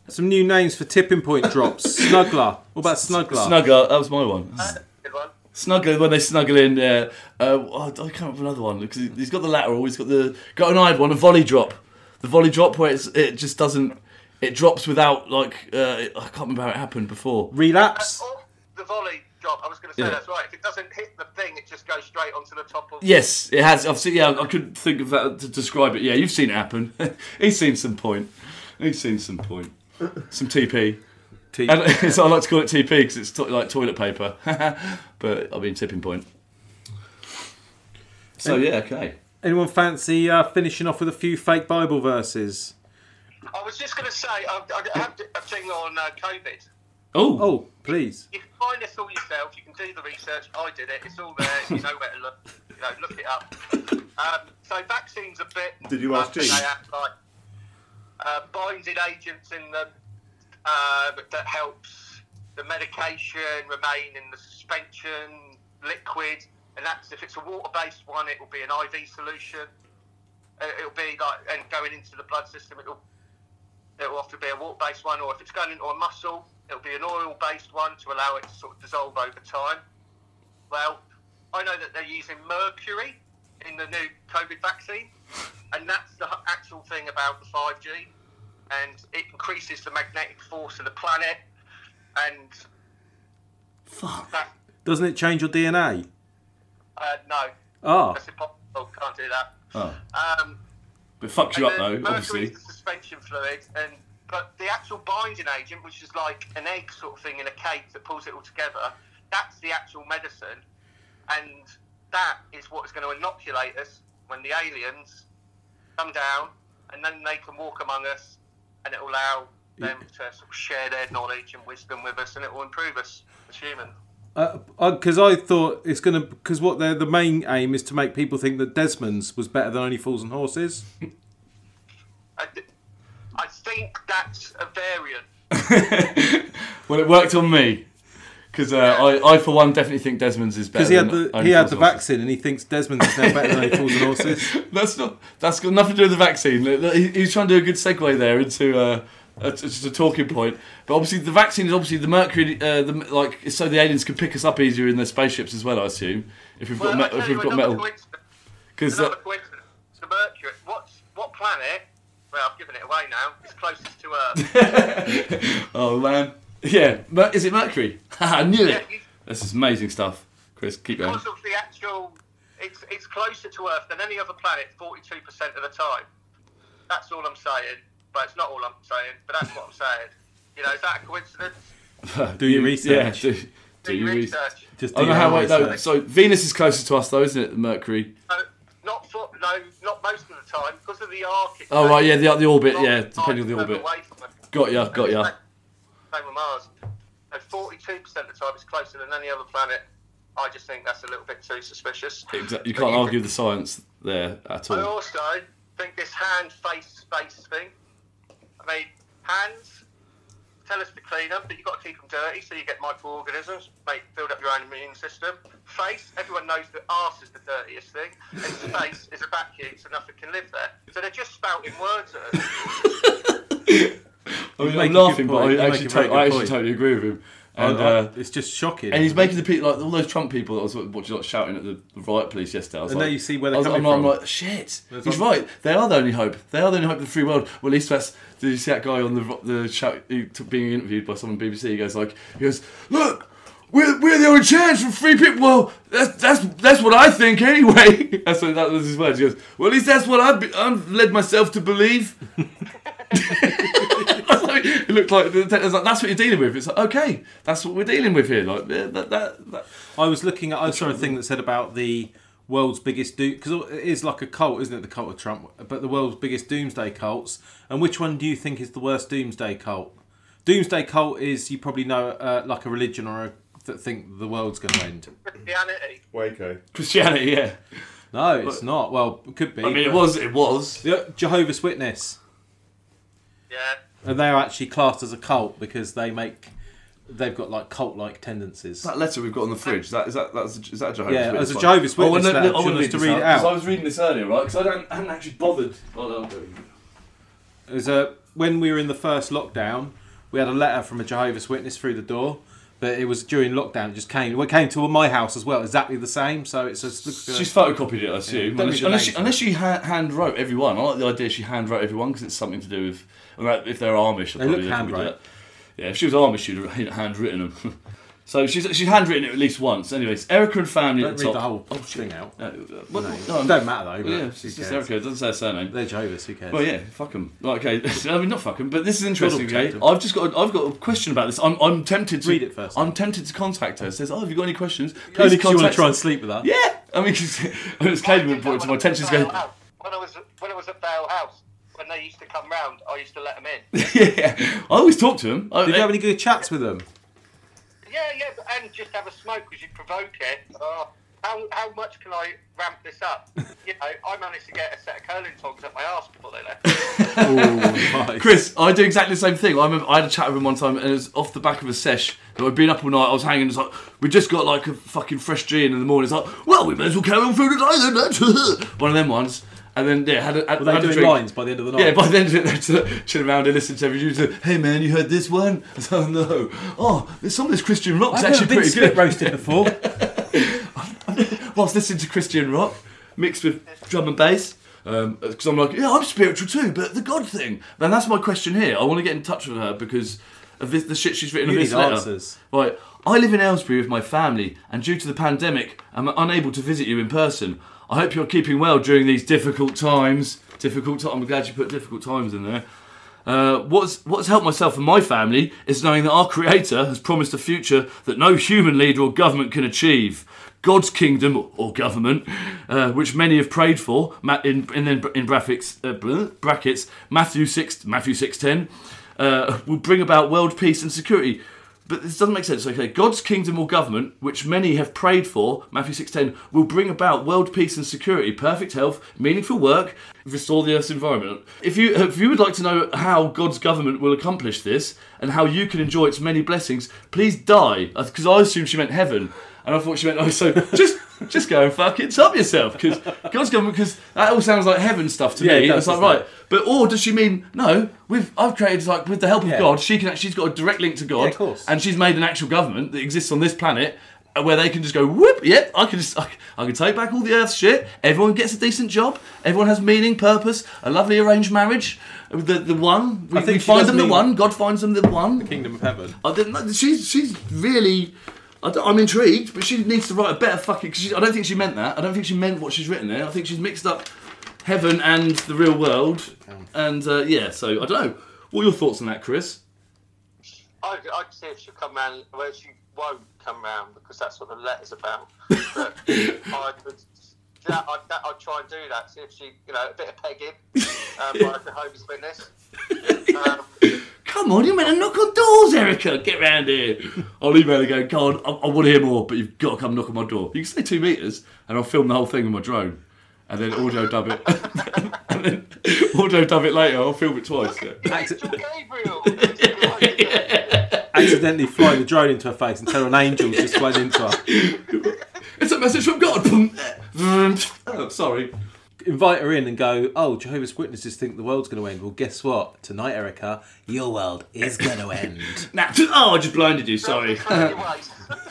some new names for tipping point drops. Snuggler. What about snuggler?
Snuggler, that was my one.
Good one.
Snuggler when they snuggle in. Uh, uh, oh, I can't remember another one because he's got the lateral. He's got the got an eyed one, a volley drop. The volley drop where it's, it just doesn't. It drops without like uh, it- I can't remember how it happened before.
Relapse.
Oh, the volley job. I was going to say
Yeah.
that's right. If it doesn't hit the thing, it just goes straight onto the top of.
Yes, it has. I've seen. Yeah, I couldn't think of that to describe it. Yeah, you've seen it happen. he's seen some point. He's seen some point. Some TP.
T-
And, so I like to call it TP because it's to- like toilet paper, but I mean tipping point. So yeah, okay.
Anyone fancy uh, finishing off with a few fake Bible verses?
I was just going to say I, I have a thing on uh, COVID.
Oh,
Oh, please.
You can find this all yourself. You can do the research. I did it. It's all there. You know where to look. You know, look it up. Um, so vaccines a bit.
Did you ask
um,
Jean?
They act like uh, binding agents in them uh, that helps the medication remain in the suspension liquid, and that's if it's a water-based one, it will be an IV solution. Uh, It'll be like and going into the blood system, it'll it will have to be a water based one, or if it's going into a muscle, it'll be an oil based one to allow it to sort of dissolve over time. Well, I know that they're using mercury in the new COVID vaccine, and that's the hu- actual thing about the 5G, and it increases the magnetic force of the planet, and
Fuck.
that
Doesn't it change your DNA?
uh, no,
Oh,
that's impossible. Can't do that.
Oh.
Um,
But it fucks you up
and
though,
then mercury
obviously.
is the suspension fluid, and but the actual binding agent, which is like an egg sort of thing in a cake that pulls it all together, that's the actual medicine, and that is what is going to inoculate us when the aliens come down, and then they can walk among us, and it'll allow them to sort of share their knowledge and wisdom with us, and it will improve us as humans.
because Uh, I thought it's gonna because what they're the main aim is to make people think that Desmond's was better than Only Fools and Horses.
I, th- I think that's a variant.
Well, it worked on me. Because uh, I, I, for one, definitely think Desmond's is better.
Because he had
than
the
Only
he had
Fools
the
and Horses.
vaccine and he thinks Desmond's is now better than Only Fools and Horses.
That's not. That's got nothing to do with the vaccine. Look, look, he- He was trying to do a good segue there into uh, a, it's just a talking point. But obviously, the vaccine is obviously the mercury, uh, the, like it's so the aliens can pick us up easier in their spaceships as well. I assume if we've got
Well, I
me-
tell
if
you
we've got
another
metal, uh,
coincidence.
because
Another coincidence. The Mercury. What's what planet? Well, I've given it away now. It's closest to Earth.
oh man, yeah, Mer- is it mercury? I knew
yeah,
it.
you-
This is amazing stuff, Chris. Keep going.
because of the actual, it's it's closer to Earth than any other planet, forty-two percent of the time. That's all I'm saying. But it's not all I'm saying. But that's what I'm saying. You know, is that a coincidence?
Do your
Yeah,
research.
do, do your research.
Just
I
do
don't
your
know how. Wait, no.
research.
So Venus is closer to us, though, isn't it? than Mercury.
No, not for, no, not most of the time because of the arc. it's
Oh right, yeah, the, the orbit.
not-
Yeah, depending on the
further
orbit.
away from it.
Got ya, got ya.
Same with Mars. And 42% of the time it's closer than any other planet. I just think that's a little bit too suspicious.
Exactly. You can't argue the science there at
I
all.
also think this hand face face thing. I mean, hands tell us to clean them, but you've got to keep them dirty so you get microorganisms, make build up your own immune system. Face, everyone knows that arse is the dirtiest thing, and space is a vacuum, so nothing can live there. So they're just spouting words at us.
I mean,
make a
I'm
Oh, good
laughing, but
point. You
I
make
actually,
a very
to-
good
I actually
point.
totally agree with him. And,
I- I-
uh,
it's just shocking.
and he's making the people like all those Trump people that I was watching like shouting at the, the riot police yesterday. I was
And
like,
now you see where they're
I was,
coming
I'm,
from.
I'm like, shit.
There's
he's
not-
right. They are the only hope. They are the only hope of the free world. Well, at least that's. Did you see that guy on the ro- the show who took being interviewed by someone on BBC? He goes like, he goes, look. We're, we're the only chance for free people. Well, that's that's that's what I think anyway. That's what, that was his words. He goes, well, at least that's what I've, be- I've led myself to believe. That's what it looked like the detective's like, that's what you're dealing with. It's like, okay, that's what we're dealing with here. Like yeah, that, that, that.
I was looking at I saw a thing that said about the world's biggest do because it is like a cult, isn't it? The cult of Trump, but the world's biggest doomsday cults. And which one do you think is the worst doomsday cult? Doomsday cult is you probably know uh, like a religion or a that think the world's going to end.
Christianity.
Waco.
Christianity, yeah.
No, it's not. Well, it could be.
I mean, it was, it was.
The Jehovah's Witness,
Yeah.
and they're actually classed as a cult because they make they've got like cult-like tendencies.
That letter we've got on the fridge, that, is, that, that's, is that a Jehovah's
Yeah,
Witness?
as a
one?
Jehovah's
I
Witness letter,
wanna- I wanna
she wants to
this
read it
out, 'cause
out.
I was reading this earlier, right? Because I, don't- I haven't actually bothered. Oh, no, I'm doing it.
There's a uh, when we were in the first lockdown, we had a letter from a Jehovah's Witness through the door, but it was during lockdown. It just came. It came to my house as well, exactly the same. So it's just uh,
She's photocopied it, I assume.
don't
unless,
read the
unless
names,
she, unless she ha- hand wrote every one. I like the idea she hand wrote every one because it's something to do with. well, that- If they're Amish,
They
they'll
look
probably
hand
do
wrote.
that. Yeah, if she was Amish, she'd have handwritten them. so she's she's handwritten it at least once. Anyways, Erica and family
don't
at
read
the
the
top.
whole thing out.
No, uh, what- no, I'm-
Don't matter though. But
Yeah,
who
it's just
cares?
Erica. It doesn't say her surname.
They're Jehovah's. Who cares?
Well, yeah, fuck them. okay, I mean, not fuck them, but this is interesting.
Good old
Okay, I've just got, a, I've got a question about this. I'm, I'm tempted to
Read it first.
I'm tempted to contact her. It says, oh, have you got any questions? Please
Only 'cause you want
contact-
to try and sleep with that.
Yeah, I mean, it's I mean, it's
I
Caden
did
had brought it to
that
my
when I was
attention.
at
Going,
Vale House. When I was when I was at Vale House, when they used to come round, I used to let them in.
yeah, I always talk to him. I,
Did you have any good chats with them?
yeah, yeah, but, and just have a smoke because you provoke it. Oh, how how much can I ramp this up? you know, I managed to get a set of curling tongs up my arse before they left.
Oh, Chris, I do exactly the same thing. I remember I had a chat with him one time, and it was off the back of a sesh. that I'd been up all night. I was hanging. It's like we just got like a fucking fresh gin in the morning. It's like, well, we may as well carry on through the night then. lads." one of them ones. And then yeah, had a, had,
Were they
had a
doing
drink.
lines by the end of the night?
Yeah, by then they're just chilling around and listening to every news. Hey man, you heard this one? I said, Oh no. Oh, this- some of this Christian rock's
I've never
actually
been
pretty
spit
good.
roasted before.
Whilst listening to Christian rock, mixed with drum and bass. Because I'm like, yeah, I'm spiritual too, but the God thing. And that's my question here. I want to get in touch with her because of this, the shit she's written
You
in this
need
letter.
answers.
Right. I live in Aylesbury with my family, and due to the pandemic, I'm unable to visit you in person. I hope you're keeping well during these difficult times. Difficult. T- I'm glad you put difficult times in there. Uh, what's what's helped myself and my family is knowing that our Creator has promised a future that no human leader or government can achieve. God's kingdom or government, uh, which many have prayed for, ma- in in, in, in brackets, uh, blah, brackets Matthew six Matthew six ten, uh, will bring about world peace and security. But this doesn't make sense. Okay, God's kingdom or government, which many have prayed for, Matthew six ten, will bring about world peace and security, perfect health, meaningful work, restore the earth's environment. If you if you would like to know how God's government will accomplish this and how you can enjoy its many blessings, please die. Because I assumed she meant heaven, and I thought she meant oh, so just. Just go and fuck it up yourself, because God's government. Because that all sounds like heaven stuff to
Yeah,
me.
it does,
it's like
doesn't it?
right, but or does she mean no? With I've created like with the help of
Yeah.
God, she can. act- She's got a direct link to God,
Yeah, of course.
and she's made an actual government that exists on this planet uh, where they can just go whoop. Yep, I can just I, I can take back all the Earth's shit. Everyone gets a decent job. Everyone has meaning, purpose, a lovely arranged marriage. Uh, The the one we,
I think
we
she
find
does
them the
mean-
one. God finds them the one.
Kingdom of Heaven.
I don't know, she's she's really. I don't, I'm intrigued, but she needs to write a better fucking. Cause she, I don't think she meant that. I don't think she meant what she's written there. I think she's mixed up heaven and the real world. And uh, yeah, so I don't know. What are your thoughts on that, Chris?
I, I can see if she'll come round, well, she won't come round because that's what the letter's about. But I would, that, I, that, I'd try and do that, see if she, you know, a bit of pegging um, by the homeless witness. Um,
Come on, you meant to knock on doors, Erica. Get round here. I'll email her going, God, I, I want to hear more, but you've got to come knock on my door. You can stay two metres, and I'll film the whole thing with my drone, and then audio dub it. and then audio dub it later. I'll film it twice. yeah.
Angel Gabriel! Angel Gabriel.
Accidentally fly the drone into her face until an angel's just flown into her.
It's a message from God. oh, sorry.
Invite her in and go, oh, Jehovah's Witnesses think the world's going to end. Well, guess what? Tonight, Erica, your world is going to end.
Nah, oh, I just blinded you. Sorry. I
Anyways,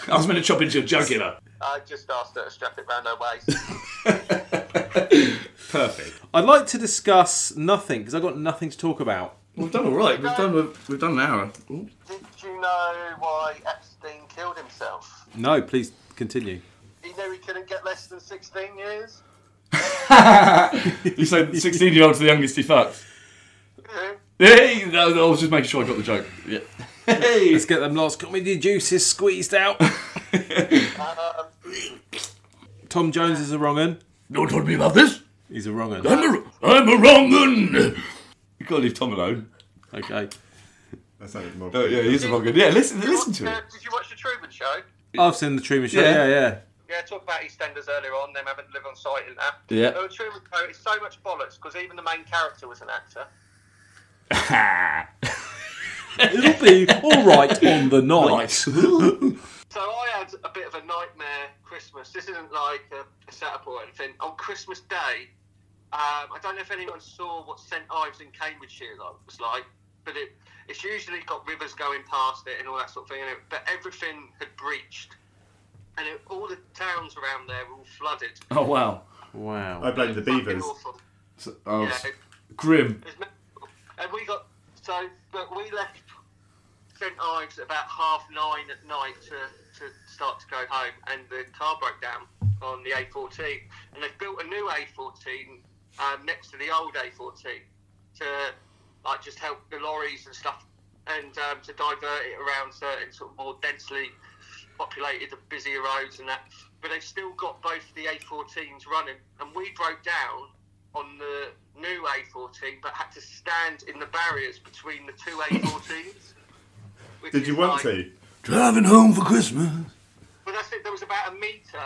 was meant to chop into your jugular.
I just asked her to strap it round her waist.
Perfect.
I'd like to discuss nothing because I've got nothing to talk about.
We've done all right. We've done. We've, we've done an hour. Ooh.
Did you know why Epstein killed himself?
No, please continue.
He knew he couldn't get less than 16 years.
You said sixteen-year-old's the youngest he fucked.
Yeah.
Hey, no, no, I was just making sure I got the joke. Yeah. Hey.
Let's get them last comedy juices squeezed out. Tom Jones is a wrong un.
Don't tell me about this.
He's a wrong un.
I'm a, I'm a wrong one. You gotta leave Tom alone.
Okay.
That sounded more.
Oh, yeah, he's a wrong one. Yeah, listen, listen to
Uh,
it.
Did you watch the Truman Show?
I've seen the Truman Show. Yeah,
Yeah.
yeah.
Yeah, talk about EastEnders earlier on, them having to live on site and that.
Yeah.
But with Truman Show, it's so much bollocks because even the main character was an actor.
It'll be all right on the night.
So I had a bit of a nightmare Christmas. This isn't like a, a setup or anything. On Christmas Day, um, I don't know if anyone saw what St Ives in Cambridgeshire like, was like, but it, it's usually got rivers going past it and all that sort of thing. And it, but everything had breached, and it, all the towns around there were all flooded.
Oh wow.
Wow.
I blame the
Fucking
beavers.
awful.
So- oh,
Yeah,
s-
it-
grim.
There's no- And we got so, but we left St Ives about half nine at night to, to start to go home, and the car broke down on the A14, and they've built a new A14 um, next to the old A14 to like just help the lorries and stuff, and um, to divert it around certain sort of more densely populated and busier roads and that. But they've still got both the A14s running, and we broke down on the new A14, but had to stand in the barriers between the two A14s. which
Did you
is
want
like-
to?
Driving home for Christmas.
Well, that's it. There was about a metre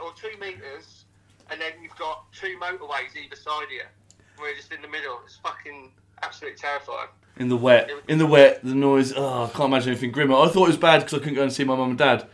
or two metres, and then you've got two motorways either side of you. We're just in the middle. It's fucking absolutely terrifying.
In the wet, in the wet, the noise. Oh, I can't imagine anything grimmer. I thought it was bad because I couldn't go and see my mum and dad.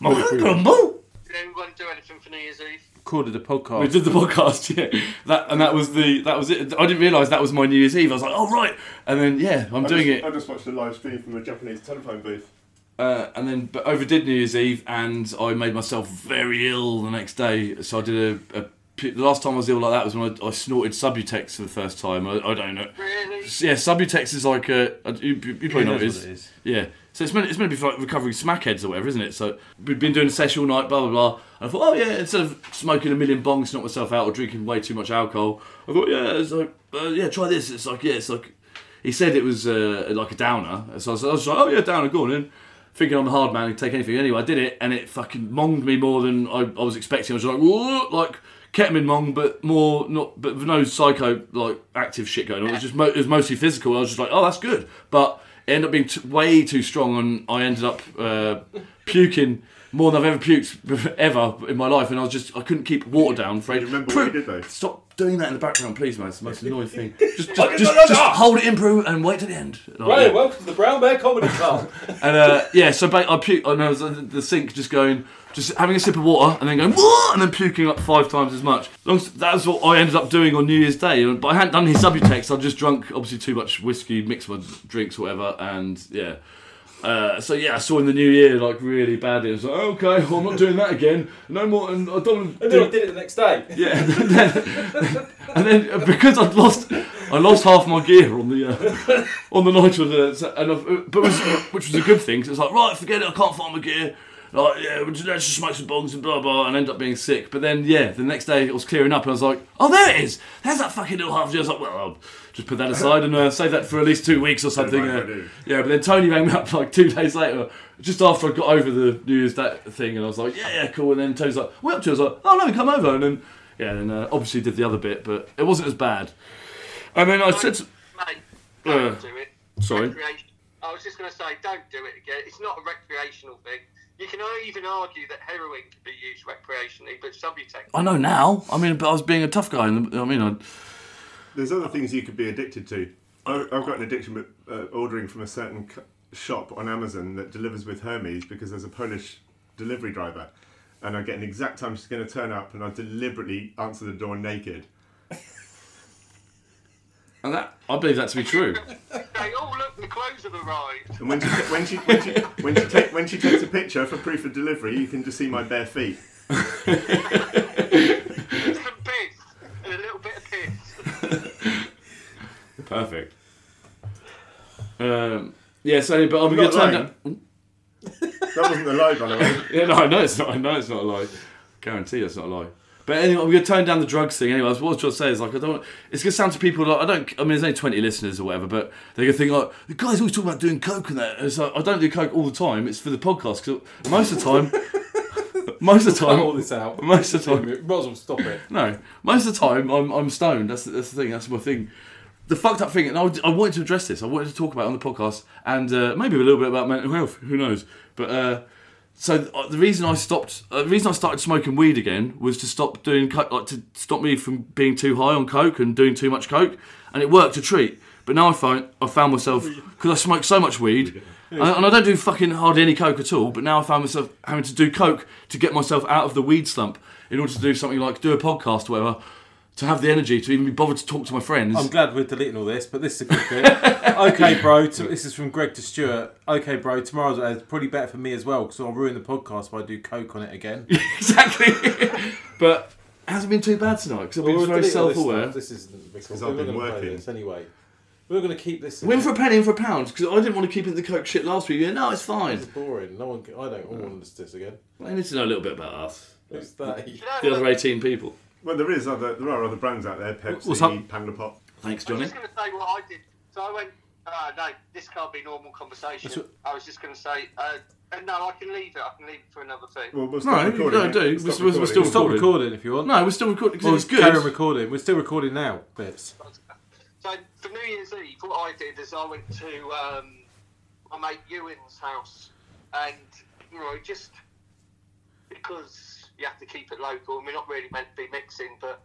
My grumble.
Did anyone do anything for New Year's Eve?
Recorded a podcast.
We did the podcast, yeah. That and that was the that was it. I didn't realise that was my New Year's Eve. I was like, oh right, and then yeah, I'm
I
doing
just,
it.
I just watched a live stream from a Japanese telephone booth.
Uh, and then but overdid New Year's Eve, and I made myself very ill the next day. So I did a, a
p- the last time I was ill like that was when I, I snorted Subutex for the first time. I, I don't know.
Really?
Uh, Yeah, Subutex is like uh, a. a- You, you probably
Who
know what it
knows
is.
what it is?
Yeah. So it's meant, it's meant to be for like recovering smackheads or whatever, isn't it? So we'd been doing a session all night, blah, blah, blah. And I thought, oh, yeah, instead of smoking a million bongs, to knock myself out, or drinking way too much alcohol, I thought, yeah, it's like, uh, yeah, try this. It's like, yeah, it's like. He said it was uh, like a downer. So I was, I was like, oh, yeah, downer, go on in. Thinking I'm a hard man and take anything. Anyway, I did it, and it fucking monged me more than I, I was expecting. I was like, Whoa, like ketamine mong, but more not, but with no psycho like active shit going on. It was just mo- it was mostly physical. I was just like, oh, that's good, but it ended up being t- way too strong, and I ended up uh, puking more than I've ever puked ever in my life, and I was just I couldn't keep water down. Afraid.
remember what you did, though?
Stop doing that in the background, please, man. It's the most annoying thing. Just, just,
Fucking
just,
shut
just
up!
hold it in, Prue, and wait to the end. Like,
Right,
yeah.
welcome to the Brown Bear Comedy Club.
And uh, yeah, so ba- I puke, and I was at the sink just going, just having a sip of water, and then going, what? And then puking up five times as much. Long s- That was what I ended up doing on New Year's Day. and- But I hadn't done any Subutex, I'd just drunk obviously too much whiskey, mixed my drinks, whatever, and yeah. Uh, so yeah, I saw in the new year like really badly. I was like, okay, well, I'm not doing that again. No more, and I don't.
and then I did it the next day.
Yeah, and then, and then because I'd lost, I lost half my gear on the uh, on the night of the, so- and I've, uh, but it was, which was a good thing. 'cause It's like right, forget it, I can't find my gear. Like yeah, we'll just- let's just smoke some bongs and blah blah, and end up being sick. But then yeah, the next day it was clearing up, and I was like, oh there it is, there's that fucking little half. gear." I was like, well, I'll just put that aside and uh, save that for at least two weeks or something.
might
uh,
not do.
yeah, but then Tony rang me up like two days later, just after I got over the New Year's Day thing, and I was like, yeah, yeah, cool. And then Tony's like, what up to? I was like, oh no, come over. And then, yeah, then uh, obviously did the other bit, but it wasn't as bad. And then I said, to-
Mate, don't
Uh,
do it.
sorry.
Recreation- I was just going to say, don't do it again. It's not a recreational thing. You can even argue that heroin can be used recreationally, but Subutex.
I know now. I mean, but I was being a tough guy, and I mean, I,
There's other things you could be addicted to. I, I've got an addiction with uh, ordering from a certain c- shop on Amazon that delivers with Hermes because there's a Polish delivery driver, and I get an exact time she's going to turn up, and I deliberately answer the door naked.
and that I believe that to be true.
Okay, oh look, the clothes have arrived.
And when she when she when she when she, take, when she takes a picture for proof of delivery, you can just see my bare feet.
Some piss and a little bit of piss.
Perfect. Um, yeah. So, but I'm
Not
gonna turn
lying.
down.
That wasn't the lie, by the way.
Yeah, no, I know it's not. I know it's not a lie. Guarantee that's not a lie. But anyway, we're gonna tone down the drugs thing. Anyway, what I was trying to say is like I don't. It's gonna sound to people like I don't. I mean, there's only twenty listeners or whatever, but they're gonna think like the guys always talk about doing coke and that. It's like, I don't do coke all the time. It's for the podcast 'cause most of the time, most of the
Cut all
time,
this out.
most of the time,
Might as well stop it.
no, most of the time I'm, I'm stoned. That's the, that's the thing. That's my thing. The fucked up thing, and I, would- I wanted to address this. I wanted to talk about it on the podcast, and uh, maybe a little bit about mental health. Who knows? But uh, so th- uh, the reason I stopped, uh, the reason I started smoking weed again was to stop doing coke, like to stop me from being too high on coke and doing too much coke, and it worked a treat. But now I find I found myself because I smoke so much weed, and, and I don't do fucking hardly any coke at all. But now I found myself having to do coke to get myself out of the weed slump in order to do something like do a podcast, or whatever, to have the energy to even be bothered to talk to my friends.
I'm glad we're deleting all this, but this is a good bit. okay, bro. To, this is from Greg to Stuart. Okay, bro. Tomorrow's uh, probably better for me as well because I'll ruin the podcast if I do coke on it again.
exactly. but it hasn't been too bad tonight because I've been
Well,
very
delete all this
self-aware.
stuff. This isn't because we
I've
were
been
gonna play
working.
this anyway. We were going to keep this.
Win for a penny and for a pound because I didn't want to keep in the coke shit last week. Yeah, no, it's fine.
It's boring. No one. Can, I don't want to do this again.
I need to know a little bit about us,
Who's they?
the other 18 people.
Well, there is other there are other brands out there.
What's up?
Pepsi, Panda Pop.
Thanks,
I was
Johnny.
just going to say what I did. So I went, uh, no, this can't be normal conversation.
That's what-
I was just going to say, uh, and no, I can leave it. I can leave it for another thing.
Well, we'll
No,
stop recording.
no,
it.
do.
Stop
We're- we're- we're still-
recording.
Stop
Recording.
recording if you want.
No, we're still recording because
Well,
it's good.
Carry on recording. We're still recording now, Bips.
So for New Year's Eve, what I did is I went to um, my mate Ewan's house, and you know just because you have to keep it local, and we're not really meant to be mixing, but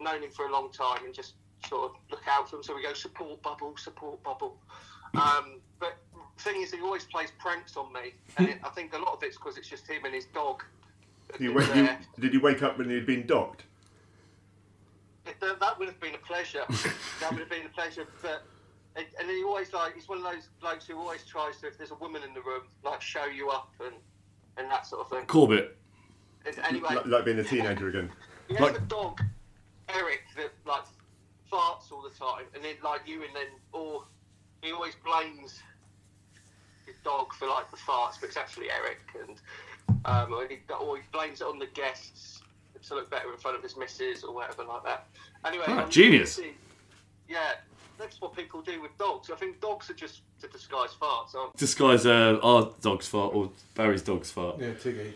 known him for a long time, and just sort of look out for him. So we go support bubble, support bubble. Um, but thing is, he always plays pranks on me, and it, I think a lot of it's because it's just him and his dog. that
You
do
wake- you-
their-
did you wake up when you'd been docked?
it- that, that would have been a pleasure. that would have been a pleasure. But and, and he always like he's one of those blokes who always tries to, if there's a woman in the room, like show you up and and that sort of thing.
Corbett.
And anyway,
Like, like being a teenager again.
You know
Like-
the dog, Eric, that like farts all the time, and then like you, and then or he always blames his dog for like the farts, but it's actually Eric, and um, or he always blames it on the guests to look better in front of his missus or whatever like that. Anyway,
Ah,
on
genius.
BBC, yeah, that's what people do with dogs. I think dogs are just to disguise farts, aren't
Disguise uh, our dog's fart or Barry's dog's fart.
Yeah, Tiggy.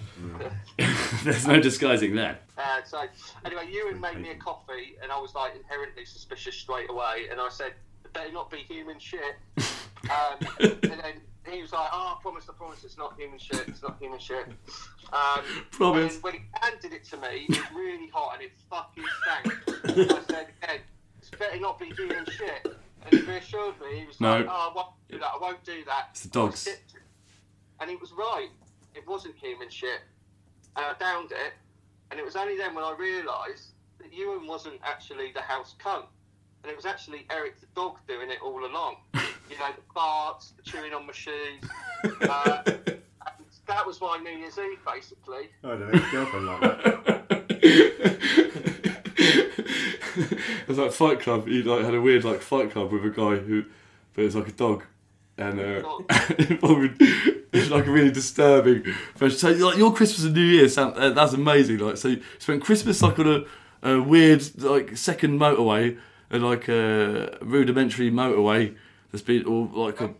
There's no disguising that.
Uh, so anyway, Ewan made me a coffee, and I was like inherently suspicious straight away, and I said, "It "Better not be human shit." um, and then he was like, "Oh, I promise, I promise, it's not human shit. It's not human shit." Um,
Promise.
And when he handed it to me, it was really hot and it fucking stank. I said, "Ed, it's better not be human shit." And he reassured me. He was
No.
like, "Oh, I won't do that. I won't do that."
It's the dogs.
I sipped it, And he was right. It wasn't human shit. And I downed it. And it was only then when I realised that Ewan wasn't actually the house cunt. And it was actually Eric the dog doing it all along. you know, the farts, the chewing on my shoes. Uh, and that was my New Year's Eve, basically.
I don't know, girlfriend like that.
it was like Fight Club. He like had a weird like Fight Club with a guy who, but it's like a dog, and uh, it would- it's like a really disturbing. Fresh. So like your Christmas and New Year, sound, uh, that's amazing. Like so, you spent Christmas like on a, a weird like second motorway, and like a rudimentary motorway that's been or like a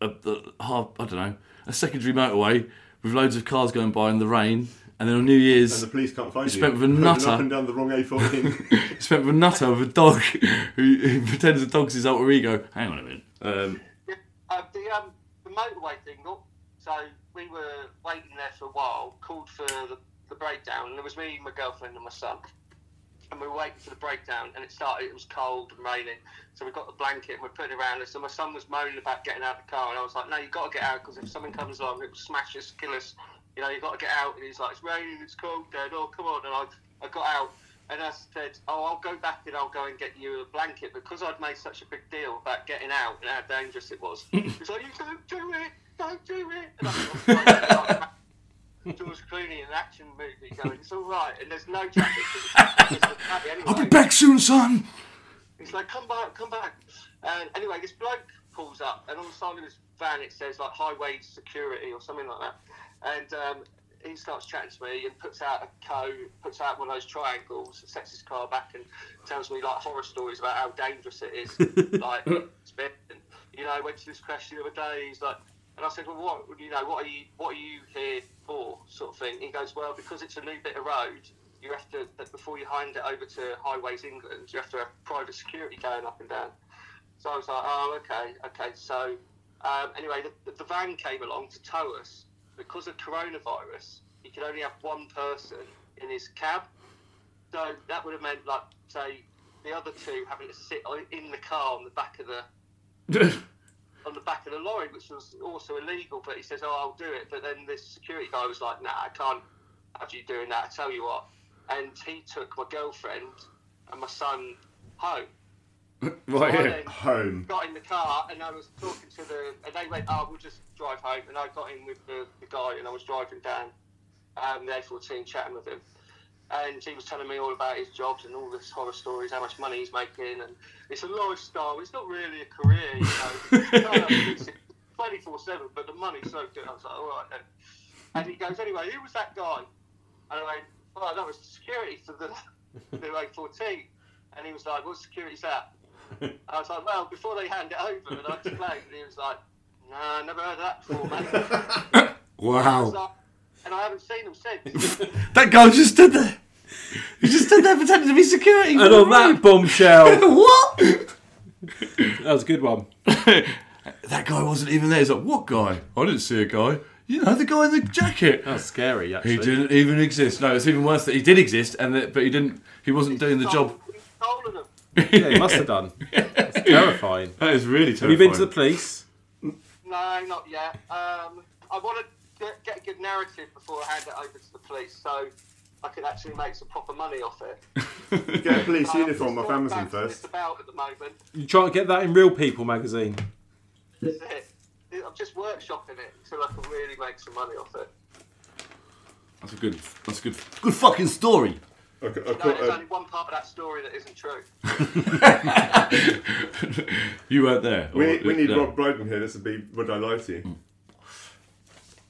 a, a half I don't know a secondary motorway with loads of cars going by in the rain, and then on New Year's
And the police can't find
You
you.
spent with a
Driving
nutter.
Up and down the wrong A14.
spent with a nutter with a dog who, who pretends the dog's his alter ego. Hang on a minute. Um,
Uh, the, um, the motorway jingle. So we were waiting there for a while, called for the, the breakdown, and there was me, my girlfriend, and my son. And we were waiting for the breakdown, and it started, it was cold and raining. So we got the blanket and we put it around us. And my son was moaning about getting out of the car, and I was like, No, you've got to get out because if something comes along, it will smash us, kill us. You know, you've got to get out. And he's like, It's raining, it's cold, Dad. Oh, come on. And I, I got out. And I said, "Oh, I'll go back and I'll go and get you a blanket because I'd made such a big deal about getting out and how dangerous it was." He's like, "You don't do it, don't do it." And I was like, George Clooney in an action movie going, "It's all right," and there's no traffic. It's just happy anyway.
I'll be back soon, son.
He's like, come back, come back. And anyway, this bloke pulls up, and on the side of his van it says like highway security or something like that. And um, he starts chatting to me and puts out a code, puts out one of those triangles, sets his car back, and tells me like horror stories about how dangerous it is. like, it's been- and, you know, I went to this crash the other day. He's like, and I said, well, what, you know, what are you, what are you here for, sort of thing. He goes, well, because it's a new bit of road, you have to that before you hand it over to Highways England, you have to have private security going up and down. So I was like, oh, okay, okay. So um, anyway, the, the van came along to tow us because of coronavirus. He could only have one person in his cab, so that would have meant like say the other two having to sit on- in the car on the back of the on the back of the lorry, which was also illegal. But he says, "Oh, I'll do it." But then this security guy was like, "Nah, I can't have you doing that. I tell you what." And he took my girlfriend and my son home.
right
I
here.
then
Home.
got in the car and I was talking to the and they went, "Oh, we'll just drive home." And I got in with the, the guy and I was driving down um, the A14, chatting with him. And he was telling me all about his jobs and all this horror stories, how much money he's making, and it's a lifestyle. It's not really a career, you know. Twenty four seven, but the money's so good. I was like, all right then. And he goes, anyway, who was that guy? And I went, well, that was security for the the A14. And he was like, what security's that? I was like, well, before they hand it over, and I explained, and he was like, nah, never heard of that before, mate.
Wow.
So- and I haven't seen him since.
That guy just stood there. He just stood there pretending to be security.
And on that bombshell,
What?
that was a good one.
that guy wasn't even there. He's like, what guy? I didn't see a guy. You know, the guy in the jacket.
That was scary, actually.
He didn't even exist. No, it's even worse that he did exist, and that, but he didn't. He wasn't doing the job.
He's stolen them.
Yeah, he must have done. That's terrifying.
That is really
Have
terrifying.
you been to the police?
No, not yet. Um, I want to get, get a good narrative before I hand it over to the police, so I can actually make some proper money off it.
Get a police
I'm
uniform
just
off
all
Amazon
bouncing this
first.
about at the moment.
You try and get that in Real People magazine.
That's it. I'm just workshopping it until I can really make some money off it.
That's a good. That's a good. Good fucking story.
I, ca- I
No,
caught
there's
a,
only one part of that story that isn't true.
you weren't there.
we,
or-
need- we need
no.
Rob Brydon here. This would be Would I Lie to You?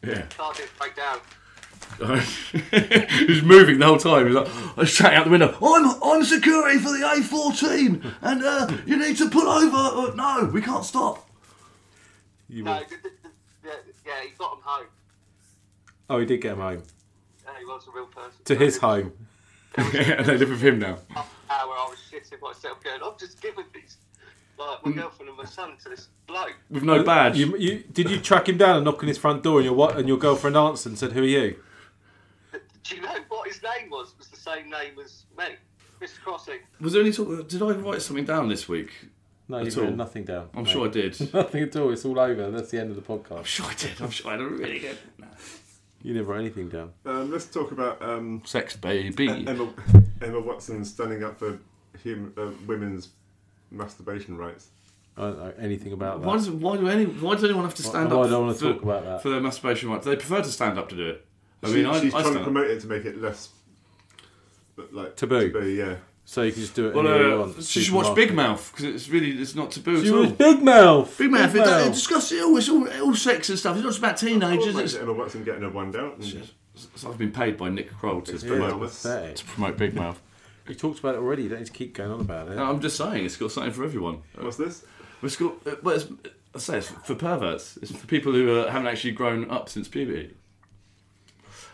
Yeah.
Can't do it break down.
he was moving the whole time. He was like, I was shouting out the window, I'm, I'm security for the A14 and uh, you need to pull over. Uh, no, we can't stop.
You
No,
will.
th- th- th- yeah, yeah, he got him home.
Oh, he did get him home.
Yeah, he was a real person.
To his home.
and they live with him now.
hour I was shitting myself going, I've just given these, like, my girlfriend and my son to this bloke.
With
Uh,
no badge.
You, you, did you track him down and knock on his front door and your what and your girlfriend answered and said, "Who are you?"
Do you know what his name was? It was the same name as me, Mr. Crossing.
Was there any talk? Did I write something down this week?
No,
At
you've
all.
written nothing down.
I'm
mate.
sure I did. I'm
Nothing at all. It's all over. That's the end of the podcast.
sure I did. I'm sure I had a really good
You never write anything down.
Um, let's talk about um,
sex baby.
Emma, Emma Watson standing up for hum, uh, women's masturbation rights.
I don't know anything about that.
Why does why do any why does anyone have to stand
why
up?
do I wanna
for,
talk about that?
for their masturbation rights? They prefer to stand up to do it. I
she,
mean, I,
she's trying
I
to
stand up.
promote it to make it less but like
Taboo.
yeah.
So you can just do it.
Well,
any way you
uh,
want.
you should watch Big Mouth because it's really it's not taboo
She
at all.
was Big Mouth.
Big Mouth, it, it discusses all, it's all, all sex and stuff. It's not just about teenagers.
Like
It's,
Emma Watson getting her one down. And
Shit. so I've been paid by Nick Kroll to,
Yeah.
promote,
Pathetic.
to promote Big Mouth.
You talked about it already. You don't need to keep going on about it.
No, I'm just saying, it's got something for everyone.
what's this?
It's got, uh, well, it's, I say it's for perverts. It's for people who uh, haven't actually grown up since puberty,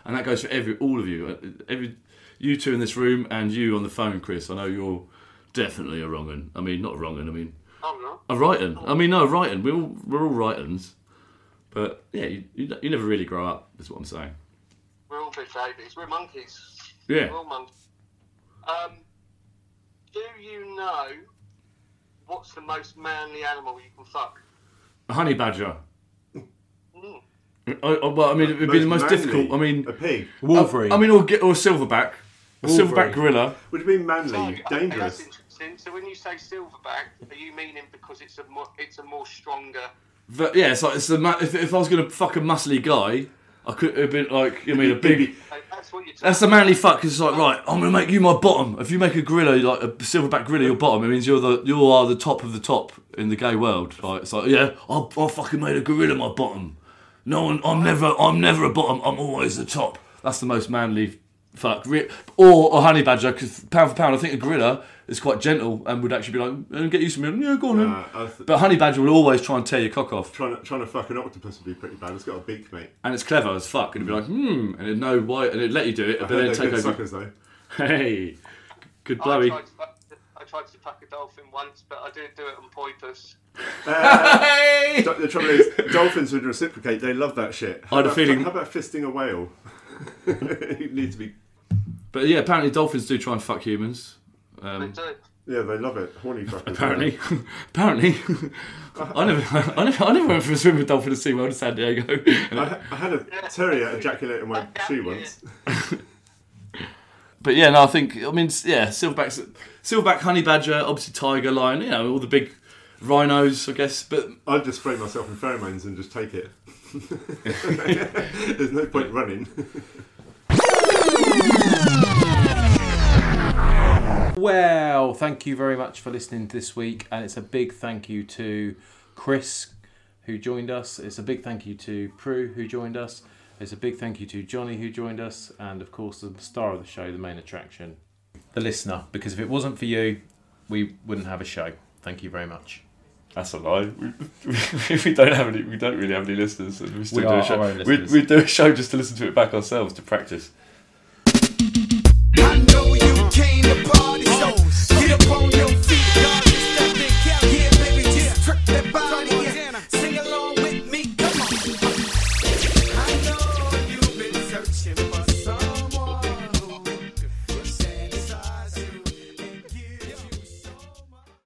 and that goes for every all of you, Uh, every you two in this room and you on the phone, Chris. I know you're definitely a wrong un. I mean, not a wrong un. I mean,
I'm not.
a right un. I mean, no, a right un. We're all, we're all right uns, but yeah, you, you, don't- you never really grow up. Is what I'm saying.
We're all big babies. We're monkeys.
Yeah.
We're all monkeys. Um, do you know what's the most manly animal you can fuck? Hmm.
A honey badger. I, I- well, I mean, it would be the most
manly,
difficult. I mean,
a pig.
Wolverine.
I, mean, or, ge- or silverback, a silverback gorilla.
Would you mean manly?
Okay, that's
Dangerous.
interesting. So when you say silverback, are you meaning because it's a more, it's a more stronger?
But yeah, it's like it's the ma- if, if I was gonna fuck a muscly guy, I could have been like, you mean a big.
like, That's what you're talking.
That's the manly fuck. Cause it's like, right, I'm gonna make you my bottom. If you make a gorilla, like a silverback gorilla, your bottom, it means you're the you are the top of the top in the gay world. Like it's like, yeah, I, I fucking made a gorilla my bottom. No one, I'm never, I'm never a bottom. I'm always the top. That's the most manly fuck. Re- Or a honey badger, because pound for pound, I think a gorilla is quite gentle and would actually be like, "Eh, get used to me. Yeah, go on. then."
Nah, Uh, I th-
but honey badger will always try and tear your cock off.
Trying to, trying to fuck an octopus would be pretty bad. It's got a beak, mate.
and it's clever as fuck, and it'd be like, hmm, and it'd know why, and it'd let you do it,
I
but
heard
then it'd
they're
take
good
over.
suckers though.
Hey, good
I
blowy.
tried, to fuck, I tried to fuck a dolphin once, but I didn't do it on purpose.
Hey!
Do- Uh, The trouble is, dolphins would reciprocate. They love that shit. How
I had a
about-
feeling-
How about fisting a whale? you need to be.
But yeah, apparently dolphins do try and fuck humans.
They
Um,
do.
Yeah, they love it. Horny fuckers.
apparently, apparently, I never, I never, I never went for a swim with dolphin at SeaWorld in San Diego.
I, ha- I had a terrier ejaculate in my
Yeah.
shoe once.
but yeah, no, I think I mean s- yeah, silverback, silverback, honey badger, obviously tiger, lion, you know, all the big rhinos, I guess. But
I'd just spray myself in pheromones and just take it. There's no point running.
Well, thank you very much for listening this week, and it's a big thank you to Chris who joined us. It's a big thank you to Prue who joined us. It's a big thank you to Johnny who joined us, and of course the star of the show, the main attraction, the listener. Because if it wasn't for you, we wouldn't have a show. Thank you very much.
That's a lie. We, we don't have any. We don't really have any listeners. and We still
We
do
are
a show.
our own
we,
listeners.
we do a show just to listen to it back ourselves to practice.
I know you came to party, so get up on